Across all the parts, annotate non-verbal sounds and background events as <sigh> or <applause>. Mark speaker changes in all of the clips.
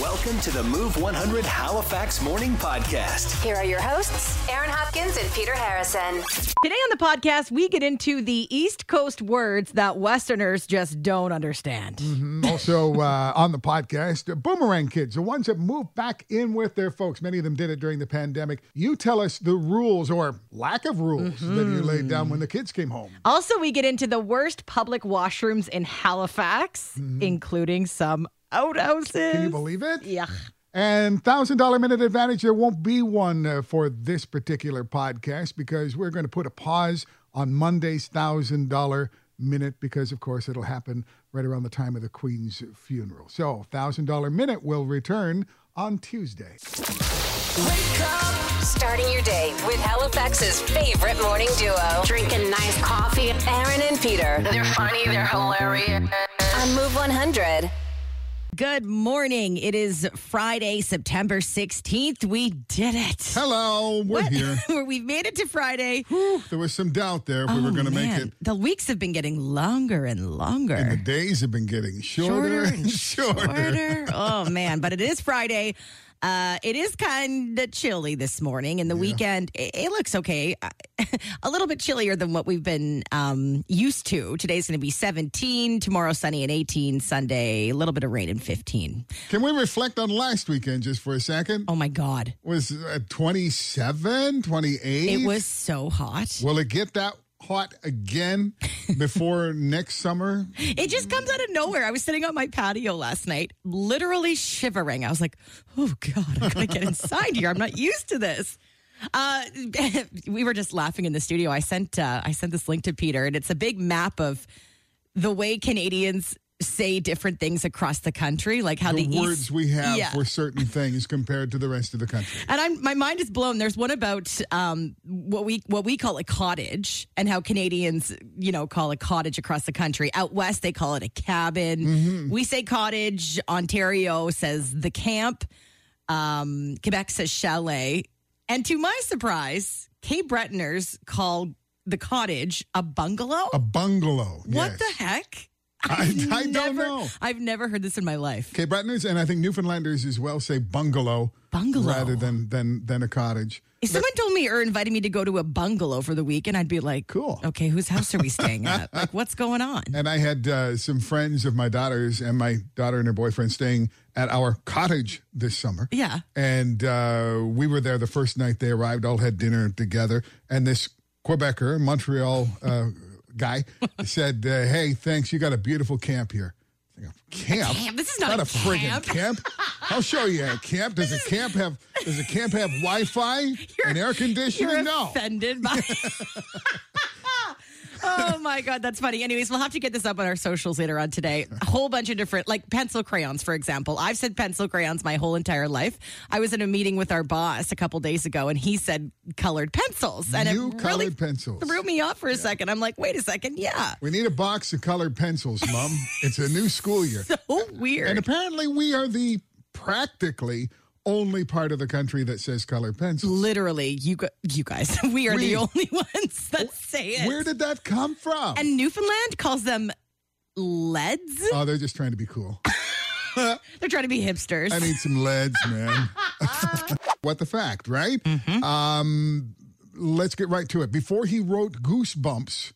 Speaker 1: Welcome to the Move 100 Halifax Morning Podcast.
Speaker 2: Here are your hosts, Aaron Hopkins and Peter Harrison.
Speaker 3: Today on the podcast, we get into the East Coast words that Westerners just don't understand.
Speaker 4: Mm-hmm. also uh, on the podcast, uh, boomerang kids, the ones that move back in with their folks. Many of them did it during the pandemic. You tell us the rules or lack of rules that you laid down when the kids came home.
Speaker 3: Also, we get into the worst public washrooms in Halifax,
Speaker 4: Mm-hmm.
Speaker 3: including some outhouses.
Speaker 4: Can you believe it?
Speaker 3: Yeah.
Speaker 4: And thousand dollar minute advantage. There won't be one uh, for this particular podcast because we're going to put a pause on Monday's thousand dollar minute because, of course, it'll happen right around the time of the Queen's funeral. So thousand dollar minute will return on Tuesday.
Speaker 2: Starting your day with Halifax's favorite morning duo. Drinking nice coffee. Aaron and Peter. They're funny, they're hilarious. On Move 100.
Speaker 3: Good morning. It is Friday, September 16th. We did it.
Speaker 4: Hello, we're here.
Speaker 3: <laughs> We've made it to Friday.
Speaker 4: There was some doubt there if we
Speaker 3: Oh,
Speaker 4: were going to make
Speaker 3: man.
Speaker 4: it.
Speaker 3: The weeks have been getting longer and longer.
Speaker 4: And the days have been getting shorter, and <laughs> shorter.
Speaker 3: shorter. oh man, but it is Friday. Uh, it is kind of chilly this morning, and the weekend it, it looks okay. Uh, <laughs> a little bit chillier than what we've been um, used to. Today's going to be 17. Tomorrow sunny and 18. Sunday a little bit of rain and 15.
Speaker 4: Can we reflect on last weekend just for a second?
Speaker 3: Oh my God,
Speaker 4: Was it 27, 28?
Speaker 3: it was so hot.
Speaker 4: Will it get that hot again
Speaker 3: <laughs>
Speaker 4: before next summer?
Speaker 3: It just comes out of nowhere. I was sitting on my patio last night, literally shivering. I was like, oh God, I'm
Speaker 4: <laughs>
Speaker 3: going to get inside here. I'm not used to this. Uh, <laughs> we were just laughing in the studio. I sent uh, I sent this link to Peter, and it's a big map of the way Canadians say different things across the country, like how the,
Speaker 4: The
Speaker 3: East-
Speaker 4: words we have
Speaker 3: Yeah.
Speaker 4: for certain things compared to the rest of the country.
Speaker 3: And I'm my mind is blown. There's one about um, what we what we call a cottage and how Canadians you know call a cottage across the country. Out west they call it a cabin.
Speaker 4: Mm-hmm.
Speaker 3: We say cottage. Ontario says the camp. Um, Quebec says chalet. And to my surprise, Cape Bretoners call the cottage a bungalow.
Speaker 4: A bungalow.
Speaker 3: What
Speaker 4: yes.
Speaker 3: the heck?
Speaker 4: <laughs> I-
Speaker 3: I've
Speaker 4: I don't
Speaker 3: never-
Speaker 4: know.
Speaker 3: I've never heard this in my life.
Speaker 4: Cape Bretoners and I think Newfoundlanders as well say bungalow,
Speaker 3: Bungalow.
Speaker 4: rather than than than a cottage.
Speaker 3: If someone told me or invited me to go to a bungalow for the weekend, I'd be like,
Speaker 4: Cool.
Speaker 3: Okay, whose house are we
Speaker 4: <laughs>
Speaker 3: staying at? like, what's going on?
Speaker 4: And I had uh, some friends of my daughter's and my daughter and her boyfriend staying at our cottage this summer.
Speaker 3: Yeah.
Speaker 4: And uh, we were there the first night they arrived, all had dinner together. And this Quebecer, Montreal uh,
Speaker 3: <laughs>
Speaker 4: guy, said, uh, Hey, thanks. You got a beautiful camp here. I think, Camp?
Speaker 3: camp? This is not a
Speaker 4: friggin'
Speaker 3: camp."
Speaker 4: camp. I'll show you a camp. Does a camp have does a camp have
Speaker 3: <laughs>
Speaker 4: Wi-Fi and air conditioning?
Speaker 3: You're
Speaker 4: no.
Speaker 3: offended
Speaker 4: <laughs>
Speaker 3: by. <laughs> oh my god, that's funny. Anyways, we'll have to get this up on our socials later on today. A whole bunch of different, like pencil crayons, for example. I've said pencil crayons my whole entire life. I was in a meeting with our boss a couple days ago, and he said colored pencils, and
Speaker 4: New
Speaker 3: it
Speaker 4: colored
Speaker 3: really
Speaker 4: pencils.
Speaker 3: threw me off for a second. I'm like, wait a second, yeah,
Speaker 4: We need a box of colored pencils, Mom.
Speaker 3: <laughs>
Speaker 4: it's a new school year.
Speaker 3: oh weird.
Speaker 4: And apparently, we are the practically only part of the country that says colored pencils.
Speaker 3: Literally, you gu- you guys, <laughs> we are
Speaker 4: We-
Speaker 3: the only ones that say it.
Speaker 4: Where did that come from?
Speaker 3: and Newfoundland calls them leads.
Speaker 4: oh, they're just trying to be cool.
Speaker 3: They're trying to be hipsters.
Speaker 4: I need some leads,
Speaker 3: <laughs>
Speaker 4: man. what the fact, right?
Speaker 3: Mm-hmm.
Speaker 4: Um, let's get right to it. Before he wrote Goosebumps,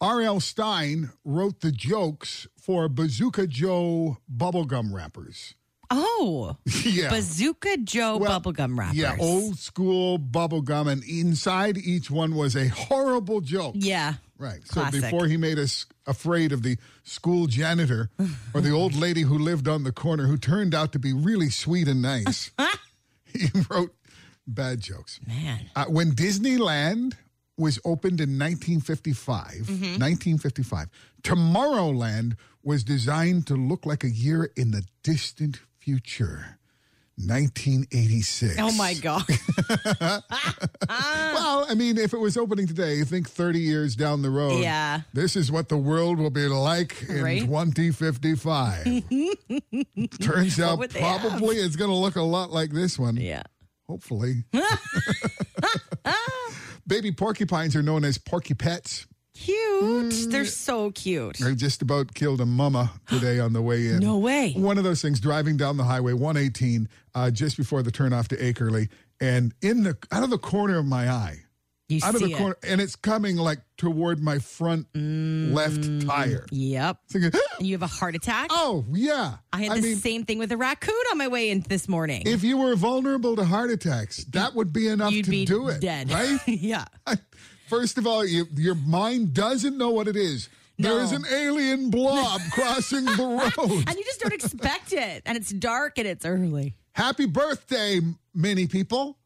Speaker 4: R.L. Stein wrote the jokes for Bazooka Joe bubblegum wrappers.
Speaker 3: oh,
Speaker 4: <laughs> yeah.
Speaker 3: Bazooka Joe
Speaker 4: Well,
Speaker 3: bubblegum wrappers.
Speaker 4: Yeah, oh. old school bubblegum, and inside each one was a horrible joke.
Speaker 3: Yeah.
Speaker 4: Right.
Speaker 3: Classic.
Speaker 4: So before he made us afraid of the school
Speaker 3: <laughs>
Speaker 4: janitor or the old lady who lived on the corner who turned out to be really sweet and
Speaker 3: <laughs>
Speaker 4: nice, he wrote bad jokes.
Speaker 3: Man.
Speaker 4: Uh, when Disneyland was opened in 1955,
Speaker 3: Mm-hmm.
Speaker 4: 1955, Tomorrowland was designed to look like a year in the distant future. 1986.
Speaker 3: Oh <laughs> my god.
Speaker 4: Well, I mean, if it was opening today, I think 30 years down the road,
Speaker 3: Yeah.
Speaker 4: this is what the world will be like in
Speaker 3: Right? <laughs>
Speaker 4: 2055. Turns out
Speaker 3: would they
Speaker 4: probably it's going to look a lot like this one.
Speaker 3: yeah. <laughs>
Speaker 4: Hopefully. <laughs> Baby porcupines are known as porcupets.
Speaker 3: Cute. cute.
Speaker 4: Mm.
Speaker 3: They're so cute.
Speaker 4: I just about killed a mama today on the way in.
Speaker 3: No way.
Speaker 4: One of those things driving down the highway 118 uh, just before the turnoff to Akerley, and in the out of the corner of my eye,
Speaker 3: You
Speaker 4: out of
Speaker 3: see
Speaker 4: the corner, and it's coming like toward my front
Speaker 3: Mm.
Speaker 4: left tire.
Speaker 3: it. Yep.
Speaker 4: Thinking,
Speaker 3: And you have a heart attack.
Speaker 4: oh yeah,
Speaker 3: I had the same thing with a raccoon on my way in this morning.
Speaker 4: if you were vulnerable to heart attacks, that would be enough
Speaker 3: You'd
Speaker 4: to
Speaker 3: be
Speaker 4: do it,
Speaker 3: dead.
Speaker 4: right?
Speaker 3: <laughs> yeah.
Speaker 4: First of all, you, your mind doesn't know what it is. There
Speaker 3: No.
Speaker 4: is an alien blob <laughs> crossing the road.
Speaker 3: And you just don't expect it. And it's dark and it's early.
Speaker 4: Happy birthday, m- many people.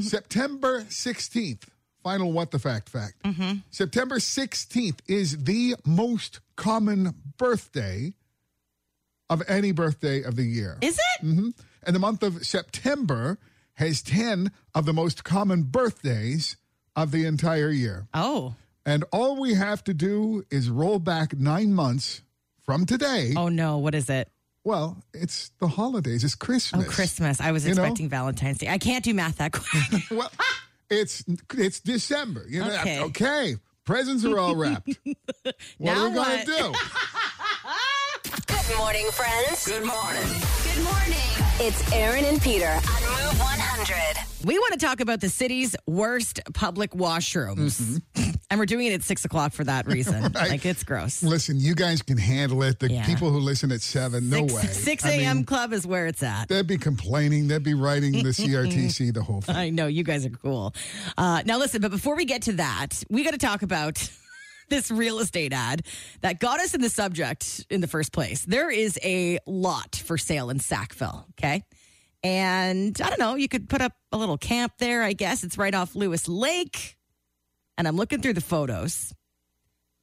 Speaker 4: September 16th, final what the fact fact.
Speaker 3: Mm-hmm.
Speaker 4: September 16th is the most common birthday of any birthday of the year. Mm-hmm.
Speaker 3: Is it?
Speaker 4: and the month of September has 10 of the most common birthdays of the entire year.
Speaker 3: Oh.
Speaker 4: And all we have to do is roll back nine months from today.
Speaker 3: Oh no. What is it?
Speaker 4: Well, it's the holidays, it's
Speaker 3: Oh,
Speaker 4: Christmas.
Speaker 3: Christmas. I was
Speaker 4: You know?
Speaker 3: expecting Valentine's Day. I can't do math that <laughs> quick.
Speaker 4: well, ah! it's it's December. You know, okay.
Speaker 3: Okay.
Speaker 4: presents are all
Speaker 3: <laughs>
Speaker 4: wrapped. what are we
Speaker 3: Now
Speaker 4: gonna
Speaker 3: what?
Speaker 4: do?
Speaker 2: Good morning, friends. Good morning. Good morning. It's Aaron and Peter on Move 100.
Speaker 3: we want to talk about the city's worst public washrooms.
Speaker 4: Mm-hmm.
Speaker 3: <laughs> and we're doing it at six o'clock for that
Speaker 4: <laughs>
Speaker 3: reason. Like, it's gross.
Speaker 4: Listen, you guys can handle it. The
Speaker 3: Yeah.
Speaker 4: people who listen at seven, no
Speaker 3: Six-
Speaker 4: way.
Speaker 3: 6
Speaker 4: I mean,
Speaker 3: a.m. club is where it's at.
Speaker 4: they'd be complaining. They'd be writing
Speaker 3: <laughs>
Speaker 4: the CRTC. The whole thing.
Speaker 3: I know you guys are cool. Uh, now, listen, but before we get to that, we got to talk about <laughs> this real estate ad that got us in the subject in the first place. There is a lot for sale in Sackville, okay? And I don't know, you could put up a little camp there, I guess. It's right off Lewis Lake. And I'm looking through the photos,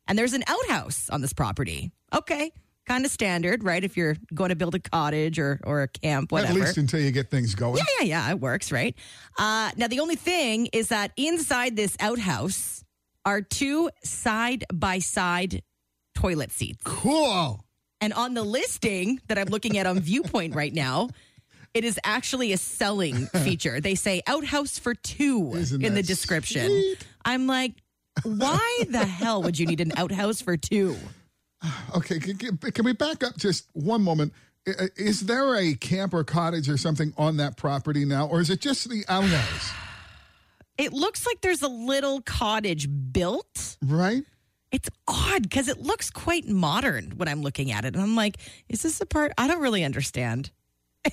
Speaker 3: and there's an outhouse on this property. Okay. Kind of standard, right? If you're going to build a cottage or, or a camp, <laughs> whatever.
Speaker 4: At least until you get things going.
Speaker 3: Yeah, yeah, yeah. It works, right? Uh, now, the only thing is that inside this outhouse are two side by side toilet seats.
Speaker 4: Cool.
Speaker 3: And on the listing that I'm looking
Speaker 4: <laughs>
Speaker 3: at on Viewpoint right now, it is actually
Speaker 4: <laughs>
Speaker 3: a selling feature. They say outhouse for 2
Speaker 4: Isn't
Speaker 3: in the
Speaker 4: that
Speaker 3: description.
Speaker 4: sweet?
Speaker 3: I'm like, why the hell would you need an outhouse for two?
Speaker 4: Okay, can, can can we back up just one moment? I- I- Is there a camp or cottage or something on that property now, or is it just the outhouse?
Speaker 3: It looks like there's a little cottage built.
Speaker 4: Right?
Speaker 3: it's odd because it looks quite modern when I'm looking at it. And I'm like, is this a part? I don't really understand. <laughs>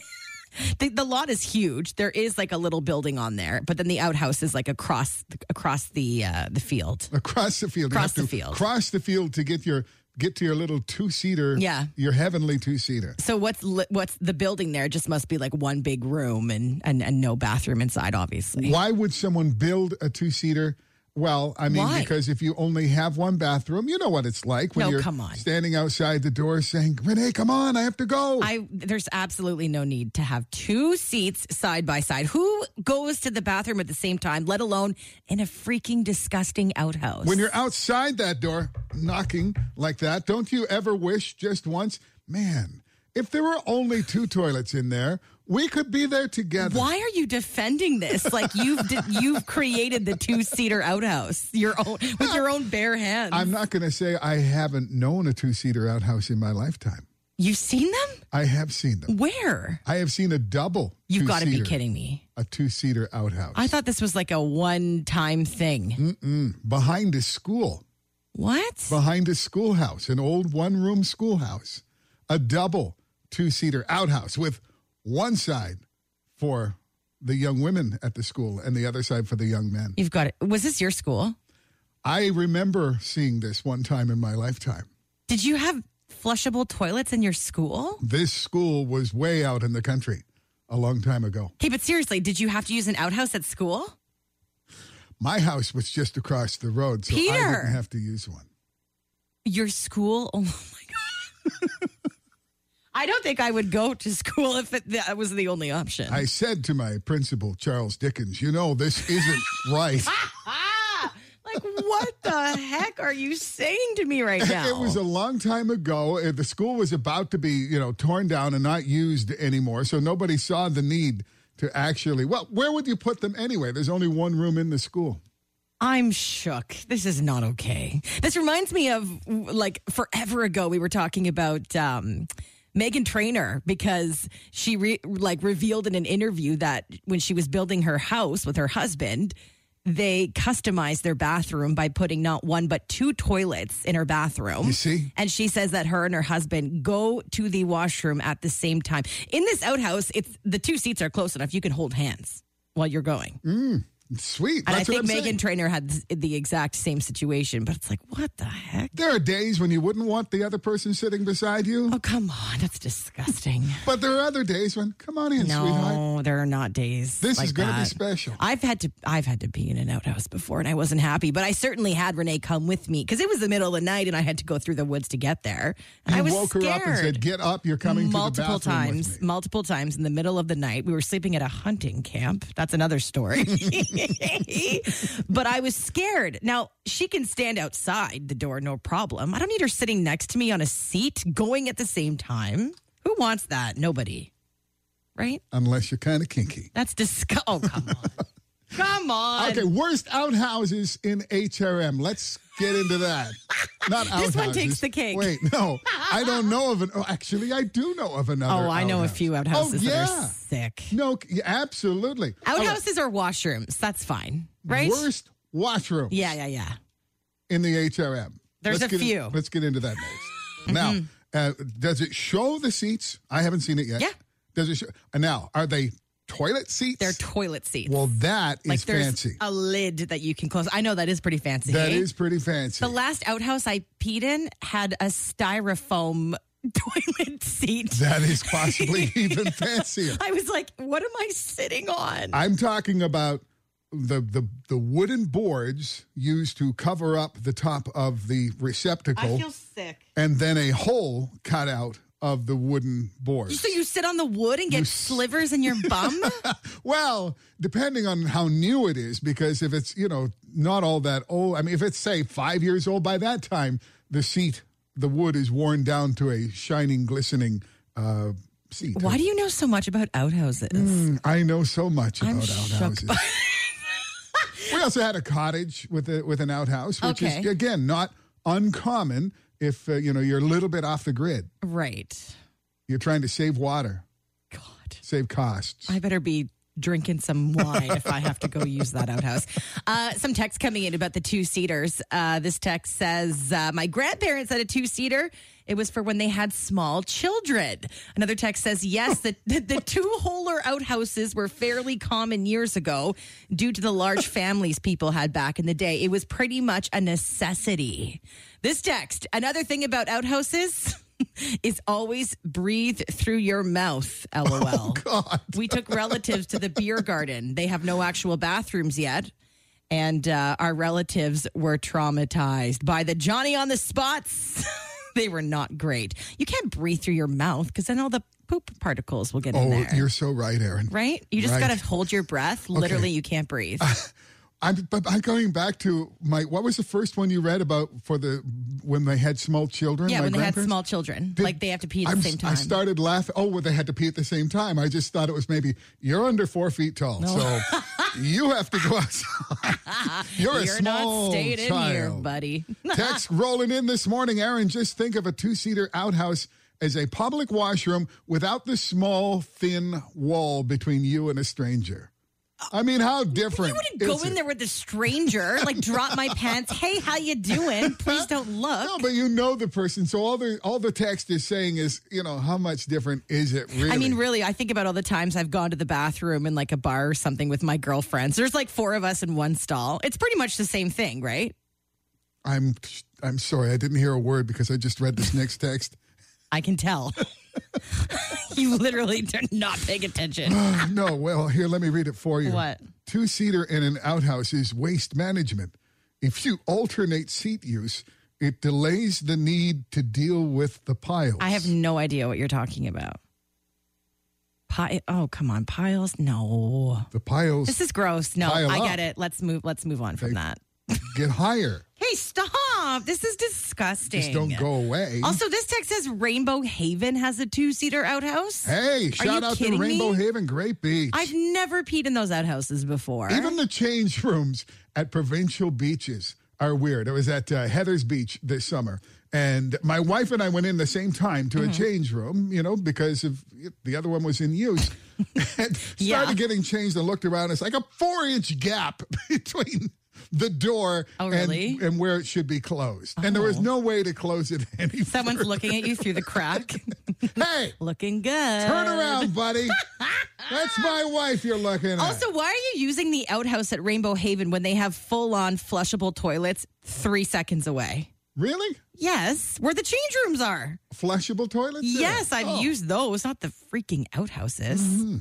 Speaker 3: the, the lot is huge. There is like a little building on there, but then the outhouse is like across across the uh, the field.
Speaker 4: across the field. You
Speaker 3: Across
Speaker 4: have to
Speaker 3: the field.
Speaker 4: Cross the field to get your get to your little two seater.
Speaker 3: Yeah.
Speaker 4: Your heavenly two seater.
Speaker 3: So what's li- what's the building there? Just must be like one big room and and, and no bathroom inside, obviously.
Speaker 4: Why would someone build a two seater? Well, I mean,
Speaker 3: Why?
Speaker 4: because if you only have one bathroom, you know what it's like when
Speaker 3: No,
Speaker 4: you're
Speaker 3: come on.
Speaker 4: standing outside the door saying, Renee, come on, I have to go.
Speaker 3: I there's absolutely no need to have two seats side by side. Who goes to the bathroom at the same time, let alone in a freaking disgusting outhouse?
Speaker 4: when you're outside that door knocking like that, don't you ever wish just once, man, if there were only two toilets in there, we could be there together.
Speaker 3: Why are you defending this? Like you've d- you've created the two seater outhouse your own with your own bare hands.
Speaker 4: I'm not going to say I haven't known a two seater outhouse in my lifetime.
Speaker 3: You've seen them?
Speaker 4: I have seen them.
Speaker 3: Where?
Speaker 4: I have seen a double.
Speaker 3: You've got to be
Speaker 4: two-seater-
Speaker 3: kidding me.
Speaker 4: A two seater outhouse
Speaker 3: I thought this was like a one time thing.
Speaker 4: Hmm? behind a school,
Speaker 3: What?
Speaker 4: behind a schoolhouse, an old one room schoolhouse, a double two seater outhouse with one side for the young women at the school and the other side for the young men.
Speaker 3: You've got it. Was this your school?
Speaker 4: I remember seeing this one time in my lifetime.
Speaker 3: Did you have flushable toilets in your school?
Speaker 4: This school was way out in the country a long time ago.
Speaker 3: Okay, but seriously, did you have to use an outhouse at school?
Speaker 4: My house was just across the road, so I
Speaker 3: Peter.
Speaker 4: didn't have to use one.
Speaker 3: Your school? Oh my god! <laughs> I don't think I would go to school if it, that was the only option.
Speaker 4: I said to my principal, Charles Dickens, you know, this
Speaker 3: <laughs>
Speaker 4: isn't right.
Speaker 3: ah, <laughs> like what the heck are you saying to me right
Speaker 4: <laughs>
Speaker 3: now?
Speaker 4: It was a long time ago. Uh, The school was about to be, you know, torn down and not used anymore. So nobody saw the need to actually, well, where would you put them anyway? There's only one room in the school.
Speaker 3: I'm shook. This is not okay. This reminds me of like forever ago we were talking about um Megan Trainer because she re- like revealed in an interview that when she was building her house with her husband, they customized their bathroom by putting not one but two toilets in her bathroom.
Speaker 4: You see?
Speaker 3: And she says that her and her husband go to the washroom at the same time. In this outhouse, it's the two seats are close enough you can hold hands while you're going.
Speaker 4: Sweet.
Speaker 3: And I
Speaker 4: That's what
Speaker 3: think
Speaker 4: I'm saying.
Speaker 3: Megan Trainer had th- the exact same situation, but it's like, what the heck?
Speaker 4: There are days when you wouldn't want the other person sitting beside you,
Speaker 3: Oh, come on.
Speaker 4: <laughs>
Speaker 3: That's disgusting.
Speaker 4: but there are other days when, come on in, sweetheart.
Speaker 3: No, there are not days.
Speaker 4: This
Speaker 3: like
Speaker 4: is going to be
Speaker 3: that.
Speaker 4: special.
Speaker 3: I've had to I've had to be in an outhouse before and I wasn't happy, but I certainly had Renee come with me because it was the middle of the night and I had to go through the woods to get there. And
Speaker 4: You
Speaker 3: I was
Speaker 4: woke
Speaker 3: scared.
Speaker 4: her up and said, "Get up! You're coming to
Speaker 3: multiple
Speaker 4: the bathroom with
Speaker 3: times,
Speaker 4: me."
Speaker 3: multiple times in the middle of the night. We were sleeping at a hunting camp. That's another story. <laughs> but I was scared. Now, she can stand outside the door, no problem. I don't need her sitting next to me on a seat going at the same time. Who wants that? Nobody. Right?
Speaker 4: Unless you're kind of kinky.
Speaker 3: That's disgust. Oh, come on.
Speaker 4: <laughs>
Speaker 3: come on.
Speaker 4: Okay, worst outhouses in HRM. Let's get into
Speaker 3: <laughs>
Speaker 4: that. Not outhouses.
Speaker 3: This one takes the cake.
Speaker 4: Wait, no, I don't know of an. Oh, actually, I do know of another.
Speaker 3: Oh, I know a
Speaker 4: outhouse.
Speaker 3: few outhouses
Speaker 4: Oh, yeah. Oh.
Speaker 3: that are sick.
Speaker 4: No, yeah, absolutely. All right,
Speaker 3: Outhouses are washrooms. That's fine. Right?
Speaker 4: Worst washroom
Speaker 3: Yeah, yeah, yeah.
Speaker 4: in the HRM.
Speaker 3: There's
Speaker 4: Let's
Speaker 3: a
Speaker 4: get in-
Speaker 3: few. Mm-hmm.
Speaker 4: let's get into that
Speaker 3: <laughs>
Speaker 4: next. now, uh, does it show the seats? I haven't seen it yet.
Speaker 3: Yeah.
Speaker 4: Does it show? uh, Now, are they toilet seats?
Speaker 3: They're toilet seats.
Speaker 4: well, that is
Speaker 3: like there's
Speaker 4: fancy.
Speaker 3: a lid that you can close. I know that is pretty fancy.
Speaker 4: That
Speaker 3: hey?
Speaker 4: is pretty fancy.
Speaker 3: the last outhouse I peed in had a styrofoam <laughs> toilet seat.
Speaker 4: That is
Speaker 3: <laughs>
Speaker 4: possibly even fancier.
Speaker 3: I was like, what am I sitting on?
Speaker 4: I'm talking about the, the the wooden boards used to cover up the top of the receptacle
Speaker 3: sick.
Speaker 4: and then a hole cut out of the wooden board.
Speaker 3: So you sit on the wood and get slivers in your
Speaker 4: <laughs>
Speaker 3: bum?
Speaker 4: Well, depending on how new it is, because if it's, you know, not all that old, I mean, if it's, say, five years old, by that time, the seat, the wood is worn down to a shining, glistening uh, seat.
Speaker 3: Why do you know so much about outhouses?
Speaker 4: Mm, I know so much about
Speaker 3: I'm shook
Speaker 4: outhouses. <laughs> we also had a cottage with a, with an outhouse, which is
Speaker 3: Okay.
Speaker 4: again not uncommon if uh, you know you're a little bit off the grid.
Speaker 3: Right.
Speaker 4: You're trying to save water,
Speaker 3: God.
Speaker 4: save costs.
Speaker 3: I better be drinking some wine if I have to go use that outhouse. Uh, some text coming in about the two seaters. Uh, this text says, uh, My grandparents had a two seater. It was for when they had small children. Another text says, Yes, the, the, the two holer outhouses were fairly common years ago due to the large families people had back in the day. It was pretty much a necessity. This text, another thing about outhouses. Is always breathe through
Speaker 4: <laughs>
Speaker 3: your mouth, lol.
Speaker 4: Oh, God.
Speaker 3: We took relatives to the beer garden. They have no actual bathrooms yet. And uh, our relatives were traumatized by the Johnny on the spots. <laughs> they were not great. You can't breathe through your mouth because then all the poop particles will get in
Speaker 4: Oh,
Speaker 3: there.
Speaker 4: you're so right, Aaron.
Speaker 3: right? You just
Speaker 4: Right.
Speaker 3: got to hold your breath. Literally, you can't breathe.
Speaker 4: I'm, but I'm going back to my. What was the first one you read about for the when they had small children?
Speaker 3: yeah,
Speaker 4: my
Speaker 3: when they had
Speaker 4: grandparents?
Speaker 3: small children, like they have to pee at
Speaker 4: I'm-
Speaker 3: the same time.
Speaker 4: I started laughing. Oh, well, they had to pee at the same time. I just thought it was maybe you're under four feet tall,
Speaker 3: <laughs>
Speaker 4: so you have to go outside. you're a
Speaker 3: You're
Speaker 4: small
Speaker 3: not staying in here,
Speaker 4: child.
Speaker 3: <laughs> buddy.
Speaker 4: Text rolling in this morning, Aaron. Just think of a two-seater outhouse as a public washroom without the small, thin wall between you and a stranger. I mean, how different?
Speaker 3: You wouldn't go
Speaker 4: is
Speaker 3: in
Speaker 4: it?
Speaker 3: there with a stranger, like drop my
Speaker 4: <laughs>
Speaker 3: pants. Hey, how you doing? Please don't look.
Speaker 4: No, but you know the person, so all the all the text is saying is, you know, how much different is it really?
Speaker 3: I mean, really, I think about all the times I've gone to the bathroom in like a bar or something with my girlfriends. There's like four of us in one stall. It's pretty much the same thing, right?
Speaker 4: I'm I'm sorry, I didn't hear a word because I just
Speaker 3: <laughs>
Speaker 4: read this next text.
Speaker 3: I can
Speaker 4: <laughs>
Speaker 3: tell. <laughs> you literally are not paying attention.
Speaker 4: Uh, no, well, here, let me read it for you.
Speaker 3: What?
Speaker 4: Two seater in an outhouse is waste management. If you alternate seat use, it delays the need to deal with the piles.
Speaker 3: I have no idea what you're talking about. Pi- oh, come on, piles? No.
Speaker 4: the piles
Speaker 3: This is gross. No,
Speaker 4: Pile
Speaker 3: I
Speaker 4: up.
Speaker 3: get it. Let's move let's move on from that.
Speaker 4: get higher.
Speaker 3: Hey, stop. Stop. This is disgusting.
Speaker 4: Just don't go away.
Speaker 3: Also, this text says Rainbow Haven has a two seater outhouse.
Speaker 4: hey, shout
Speaker 3: you
Speaker 4: out to
Speaker 3: kidding me?
Speaker 4: Rainbow Haven, Great Beach.
Speaker 3: I've never peed in those outhouses before.
Speaker 4: Even the change rooms at provincial beaches are weird. I was at uh, Heather's Beach this summer, and my wife and I went in the same time
Speaker 3: Mm-hmm.
Speaker 4: to a change room, you know, because of the other one was in use. <laughs> and started
Speaker 3: <laughs> Yeah.
Speaker 4: getting changed and looked around. It's like a four inch gap <laughs> between the door
Speaker 3: Oh,
Speaker 4: and-
Speaker 3: really? Oh.
Speaker 4: and, where it should be closed. And there was no way to close it <laughs> any
Speaker 3: Someone's
Speaker 4: further.
Speaker 3: looking at you through
Speaker 4: <laughs>
Speaker 3: the crack.
Speaker 4: Hey,
Speaker 3: Looking good.
Speaker 4: turn around,
Speaker 3: <laughs>
Speaker 4: buddy. That's my wife you're looking at.
Speaker 3: Also, why are you using the outhouse at Rainbow Haven when they have full on flushable toilets three seconds away?
Speaker 4: really?
Speaker 3: Yes, where the change rooms are.
Speaker 4: Flushable toilets? there?
Speaker 3: Yes, I've
Speaker 4: Oh.
Speaker 3: used those, not the freaking outhouses. Oh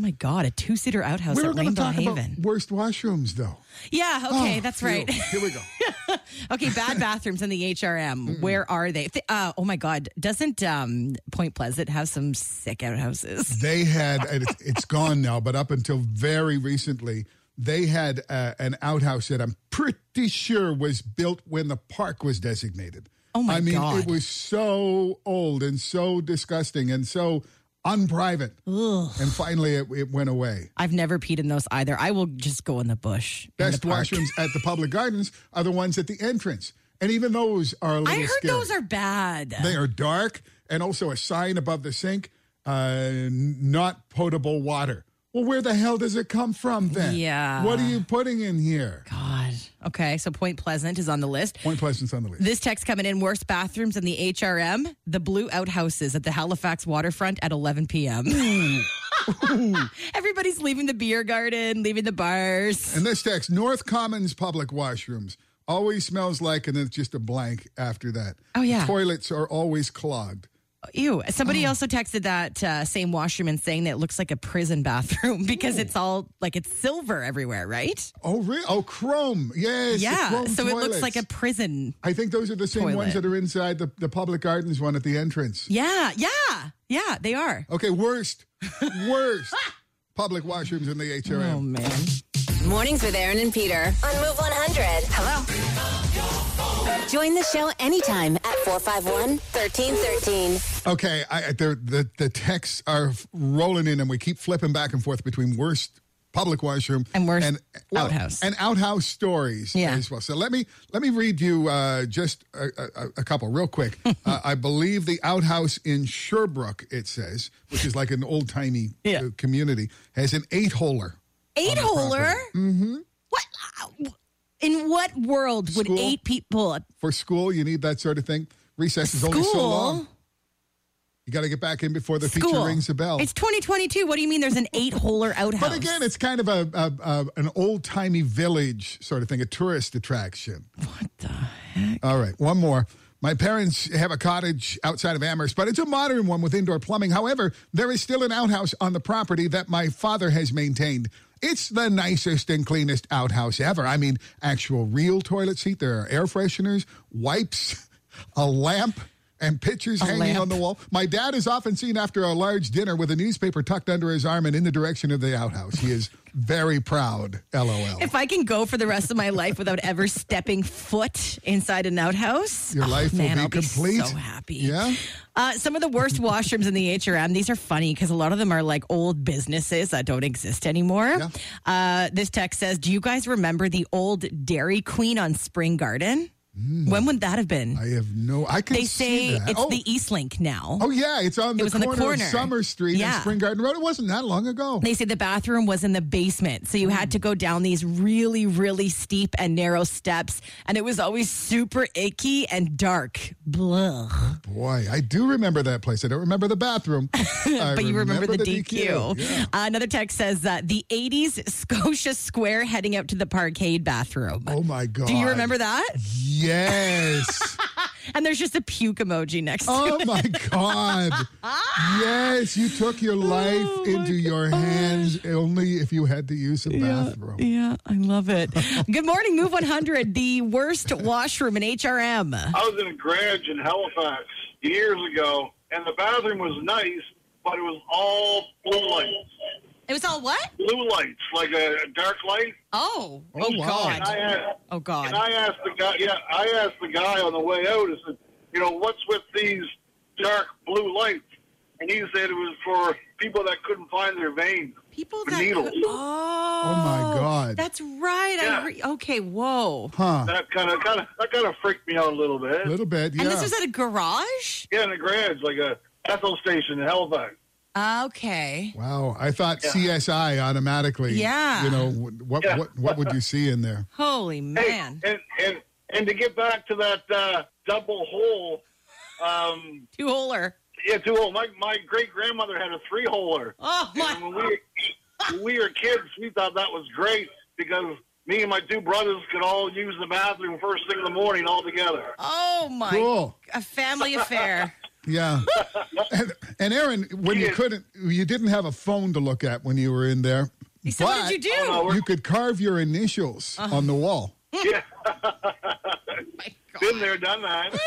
Speaker 3: my God, a two seater outhouse
Speaker 4: We were
Speaker 3: at
Speaker 4: going to
Speaker 3: Rainbow
Speaker 4: talk
Speaker 3: Haven.
Speaker 4: about Oh, worst washrooms, though.
Speaker 3: yeah, okay, that's
Speaker 4: Phew.
Speaker 3: right.
Speaker 4: Here we go.
Speaker 3: <laughs> okay,
Speaker 4: <laughs>
Speaker 3: bad bathrooms in the HRM. Where are they? Th- uh, oh my God, doesn't um, Point Pleasant have some sick outhouses?
Speaker 4: They had, and it's- it's gone now, but up until very recently, they had uh, an outhouse that I'm pretty sure was built when the park was designated.
Speaker 3: Oh, my
Speaker 4: I mean,
Speaker 3: God.
Speaker 4: it was so old and so disgusting and so unprivate. And finally, it, it went away.
Speaker 3: I've never peed in those either. I will just go in the bush. in
Speaker 4: Best
Speaker 3: the park.
Speaker 4: washrooms at the public gardens are the ones at the entrance. And even those are a little
Speaker 3: I heard
Speaker 4: scary.
Speaker 3: those are bad.
Speaker 4: They are dark, and also a sign above the sink, uh, not potable water. Well, where the hell does it come from then?
Speaker 3: Yeah.
Speaker 4: What are you putting in here?
Speaker 3: God. Okay, so Point Pleasant is on the list.
Speaker 4: Point Pleasant's on the list.
Speaker 3: This text coming in worst bathrooms in the HRM, the blue outhouses at the Halifax waterfront at 11 p.m. <laughs> Everybody's leaving the beer garden, leaving the bars.
Speaker 4: And this text, North Commons public washrooms always smells like, and then it's just a blank after that.
Speaker 3: Oh, yeah.
Speaker 4: The toilets are always clogged. Oh.
Speaker 3: Ew. Somebody also texted that uh, same washroom and saying that it looks like a prison bathroom <laughs> because it's all like it's silver everywhere, right?
Speaker 4: Oh, really? Oh, chrome. Yes. the
Speaker 3: yeah.
Speaker 4: chrome
Speaker 3: So it looks
Speaker 4: toilets.
Speaker 3: like a prison.
Speaker 4: I think those are the same ones
Speaker 3: toilet.
Speaker 4: that are inside the, the public gardens one at the entrance.
Speaker 3: Yeah. Yeah. Yeah. They are.
Speaker 4: Okay, worst, worst <laughs> public washrooms in the HRM.
Speaker 3: Oh, man.
Speaker 2: Mornings with Aaron and Peter on Move 100. Hello. Join the show anytime at 451 1313.
Speaker 4: Okay, I, I- they're- the the texts are f- rolling in, and we keep flipping back and forth between worst public washroom
Speaker 3: And worst outhouse.
Speaker 4: and outhouse stories
Speaker 3: Yeah.
Speaker 4: as well. So let me let me read you uh, just a, a, a couple real
Speaker 3: <laughs>
Speaker 4: quick. uh, I believe the outhouse in Sherbrooke, it says, which is like an old timey
Speaker 3: Yeah.
Speaker 4: uh, community, has an eight holer.
Speaker 3: Eight holer? Mm-hmm. What? uh, In what world would
Speaker 4: School?
Speaker 3: eight people?
Speaker 4: For school, you need that sort of thing. Recess is only so
Speaker 3: School?
Speaker 4: long. You got to get back in before the teacher
Speaker 3: School.
Speaker 4: rings the bell.
Speaker 3: It's 2022. What do you mean there's an eight holer outhouse?
Speaker 4: But again, it's kind of a, a, a an old timey village sort of thing, a tourist attraction.
Speaker 3: What the-
Speaker 4: All right, one more. My parents have a cottage outside of Amherst, but it's a modern one with indoor plumbing. However, there is still an outhouse on the property that my father has maintained. It's the nicest and cleanest outhouse ever. I mean, actual real toilet seat. There are air fresheners, wipes, <laughs> a lamp, and pictures hanging on
Speaker 3: lamp.
Speaker 4: the wall. My dad is often seen after a large dinner with a newspaper tucked under his arm and in the direction of the outhouse. He is very proud. LOL.
Speaker 3: If I can go for the rest of my life without ever stepping foot inside an outhouse,
Speaker 4: Your
Speaker 3: oh,
Speaker 4: life will
Speaker 3: man,
Speaker 4: be
Speaker 3: I'll
Speaker 4: complete.
Speaker 3: so happy.
Speaker 4: Yeah?
Speaker 3: Uh, some of the worst washrooms in the HRM. These are funny because a lot of them are like old businesses that don't exist anymore. Uh, this text says, "Do you guys remember the old Dairy Queen on Spring Garden? When would that have been?"
Speaker 4: Hmm. I have no. I can
Speaker 3: they
Speaker 4: see
Speaker 3: say
Speaker 4: that.
Speaker 3: it's
Speaker 4: oh,
Speaker 3: the East Link now.
Speaker 4: oh yeah, it's on the,
Speaker 3: was on
Speaker 4: corner
Speaker 3: the corner.
Speaker 4: of Summer Street and
Speaker 3: Yeah.
Speaker 4: Spring Garden Road. It wasn't that long ago.
Speaker 3: They say the bathroom was in the basement, so you had to go down these really, really steep and narrow steps, and it was always super icky and dark. Blah.
Speaker 4: Boy, I do remember that place. I don't remember the bathroom,
Speaker 3: <laughs> But you remember, the, DQ.
Speaker 4: Yeah.
Speaker 3: Uh, another text says uh, the '80s Scotia Square heading out to the Parkade bathroom.
Speaker 4: Oh my god!
Speaker 3: Do you remember that?
Speaker 4: Yes.
Speaker 3: And there's just a puke emoji next to
Speaker 4: oh
Speaker 3: <laughs>
Speaker 4: my god. Yes, you took
Speaker 3: Oh
Speaker 4: your life into your hands only if you had to use a bathroom.
Speaker 3: Yeah, I love it. <laughs> Good morning, Move 100, the worst washroom in HRM.
Speaker 5: I was in a garage in Halifax years ago, and the bathroom was nice, but it was all bowling.
Speaker 3: It was was all what?
Speaker 5: blue lights, like a dark light.
Speaker 3: Oh, oh,
Speaker 4: wow.
Speaker 5: And I
Speaker 3: God.
Speaker 5: asked,
Speaker 3: Oh,
Speaker 5: and
Speaker 3: God.
Speaker 5: I asked the guy. Yeah, I asked the guy on the way out. I said, "You know, what's with these dark blue lights?" And he said it was for people that couldn't find their veins.
Speaker 3: People
Speaker 5: The
Speaker 3: that.
Speaker 5: needles.
Speaker 3: could- Oh,
Speaker 4: my God.
Speaker 3: That's right. I
Speaker 5: Yeah.
Speaker 3: re- okay, whoa.
Speaker 4: Huh.
Speaker 5: That kind of, kind of, that kind of freaked me out a little bit.
Speaker 4: A little bit, yeah.
Speaker 3: And this was at a garage?
Speaker 5: Yeah, in the garage, like a petrol station in Halifax.
Speaker 3: Okay.
Speaker 4: wow. I thought
Speaker 5: Yeah.
Speaker 4: CSI automatically.
Speaker 3: Yeah.
Speaker 4: You know, wh- what,
Speaker 5: Yeah.
Speaker 4: what, what would you see in
Speaker 3: <laughs>
Speaker 4: there?
Speaker 3: Holy
Speaker 5: Hey,
Speaker 3: man.
Speaker 5: and and and to get back to that uh, double hole. Um,
Speaker 3: Two holer.
Speaker 5: yeah, two hole. My my great grandmother had a three holer.
Speaker 3: Oh,
Speaker 5: And
Speaker 3: my.
Speaker 5: when we, when we were kids, we thought that was great because me and my two brothers could all use the bathroom first thing in the morning all together.
Speaker 3: Oh, my.
Speaker 4: Cool.
Speaker 3: A
Speaker 5: <laughs>
Speaker 3: family affair.
Speaker 4: Yeah. and, and Aaron, when you
Speaker 5: Yeah.
Speaker 4: couldn't, you didn't have a phone to look at when you were in there.
Speaker 3: So what did you do?
Speaker 5: Oh,
Speaker 4: You could carve your initials
Speaker 3: Uh-huh.
Speaker 4: on the wall.
Speaker 5: Yeah. Been there, done that.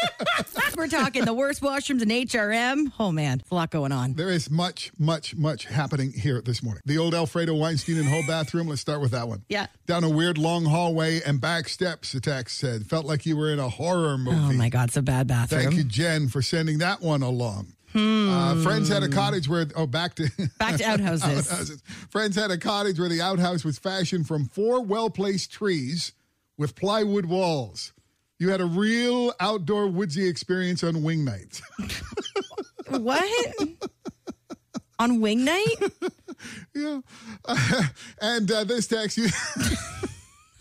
Speaker 3: We're talking the worst washrooms in HRM. Oh, man. It's a lot going on.
Speaker 4: There is much, much, much happening here this morning. The old Alfredo Weinstein and Ho bathroom. Let's start with that one.
Speaker 3: Yeah.
Speaker 4: Down a weird long hallway and back steps, the text said. Felt like you were in a horror movie.
Speaker 3: Oh, my God. Hmm. It's a bad bathroom.
Speaker 4: Thank you, Jen, for sending that one along. Uh, friends had a cottage where, oh, back to <laughs>
Speaker 3: Back to outhouses.
Speaker 4: outhouses. Friends had a cottage where the outhouse was fashioned from four well placed trees with plywood walls. You had a real outdoor woodsy experience on wing night.
Speaker 3: What? On wing night?
Speaker 4: <laughs> yeah. <laughs> and uh, this text, you.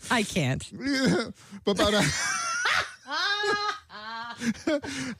Speaker 3: I can't.
Speaker 4: Yeah, but about
Speaker 3: <laughs>
Speaker 4: a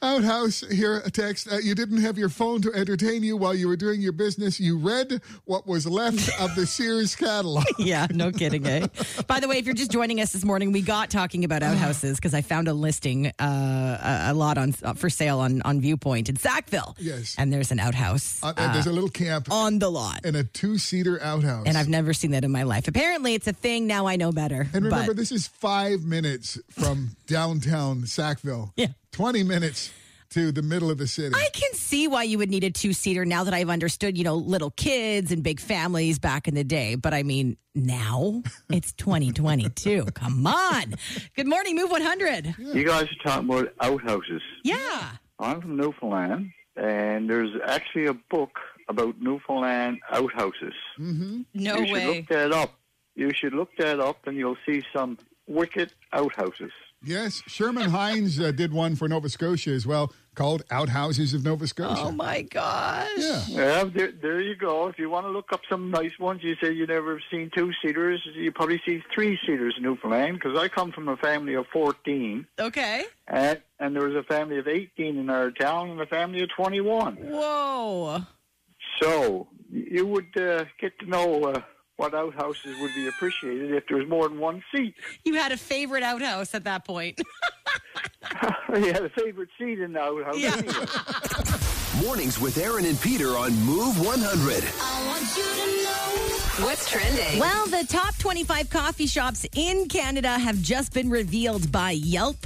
Speaker 4: outhouse here a text uh, you didn't have your phone to entertain you while you were doing your business you read what was left of the sears catalog
Speaker 3: <laughs> Yeah, no kidding. Eh? By the way, if you're just joining us this morning, we got talking about outhouses because I found a listing uh, a, a lot on uh, for sale on on Viewpoint in Sackville.
Speaker 4: Yes.
Speaker 3: and there's an outhouse
Speaker 4: uh, and there's a little camp
Speaker 3: on the lot,
Speaker 4: and a two-seater outhouse
Speaker 3: and I've never seen that in my life. Apparently, it's a thing. Now I know better.
Speaker 4: And remember
Speaker 3: but
Speaker 4: this is five minutes from downtown sackville
Speaker 3: <laughs> Yeah.
Speaker 4: 20 minutes to the middle of the city
Speaker 3: I can see why you would need a two seater now that I've understood, you know, little kids and big families back in the day. But I mean,
Speaker 4: <laughs>
Speaker 3: now it's 2022. Come on. Good morning, Move 100.
Speaker 6: You guys are talking about outhouses.
Speaker 3: Yeah.
Speaker 6: I'm from Newfoundland, and there's actually a book about Newfoundland outhouses.
Speaker 3: No
Speaker 6: you should look that up. You should look that up, and you'll see some wicked outhouses.
Speaker 4: yes sherman hines uh, did one for nova scotia as well called outhouses of nova scotia
Speaker 3: Oh my gosh.
Speaker 4: yeah
Speaker 6: Yeah, there, there you go. If you want to look up some nice ones, you say you never have seen two seaters. You probably see three seaters in Newfoundland because I come from a family of 14,
Speaker 3: Okay.
Speaker 6: and, and there was a family of 18 in our town and a family of 21.
Speaker 3: Whoa.
Speaker 6: So you would uh, get to know uh, what outhouses would be appreciated if there was more than one seat. <laughs>
Speaker 3: You had a favorite outhouse at that point. <laughs>
Speaker 6: you had a favorite seat in the outhouse.
Speaker 3: Yeah. <laughs>
Speaker 6: anyway.
Speaker 1: Mornings with Aaron and Peter on Move 100.
Speaker 2: What's trending?
Speaker 3: Well, the top 25 coffee shops in Canada have just been revealed by Yelp.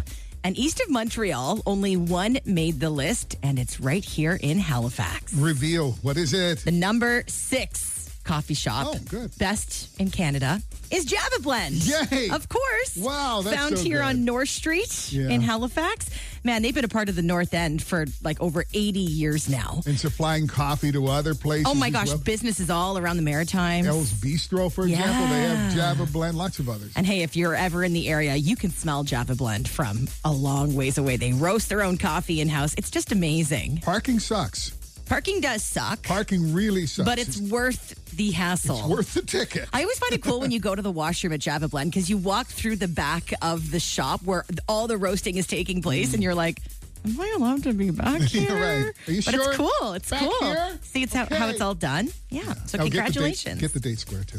Speaker 3: And east of Montreal, only one made the list, and it's right here in Halifax.
Speaker 4: reveal what is it
Speaker 3: The number six coffee shop,
Speaker 4: Oh, good.
Speaker 3: best in Canada, is Java Blend.
Speaker 4: Yay!
Speaker 3: Of course.
Speaker 4: Wow, that's
Speaker 3: Found
Speaker 4: so
Speaker 3: here
Speaker 4: good.
Speaker 3: on North Street
Speaker 4: Yeah.
Speaker 3: in Halifax. Man, they've been a part of the North End for like over 80 years now.
Speaker 4: and supplying coffee to other places.
Speaker 3: Oh my
Speaker 4: as
Speaker 3: gosh,
Speaker 4: well. Oh.
Speaker 3: businesses all around the Maritimes.
Speaker 4: El's Bistro, for example, they have
Speaker 3: Yeah.
Speaker 4: Java Blend, lots of others.
Speaker 3: And hey, if you're ever in the area, you can smell Java Blend from a long ways away. They roast their own coffee in house. It's just amazing.
Speaker 4: Parking sucks.
Speaker 3: Parking does suck,
Speaker 4: Parking really sucks.
Speaker 3: but it's worth the hassle.
Speaker 4: It's worth the ticket.
Speaker 3: I always find it cool when you go to the washroom at Java Blend because you walk through the back of the shop where all the roasting is taking place, and you're like, "Am I allowed to be back here?"
Speaker 4: You're Mm. <laughs> right. Are you
Speaker 3: but
Speaker 4: sure?
Speaker 3: it's cool. It's
Speaker 4: Back
Speaker 3: cool.
Speaker 4: here?
Speaker 3: See, it's how, how
Speaker 4: Okay.
Speaker 3: it's all done. Yeah. So
Speaker 4: Now, get the date-
Speaker 3: congratulations. Mm-hmm.
Speaker 4: Get the, date square, too.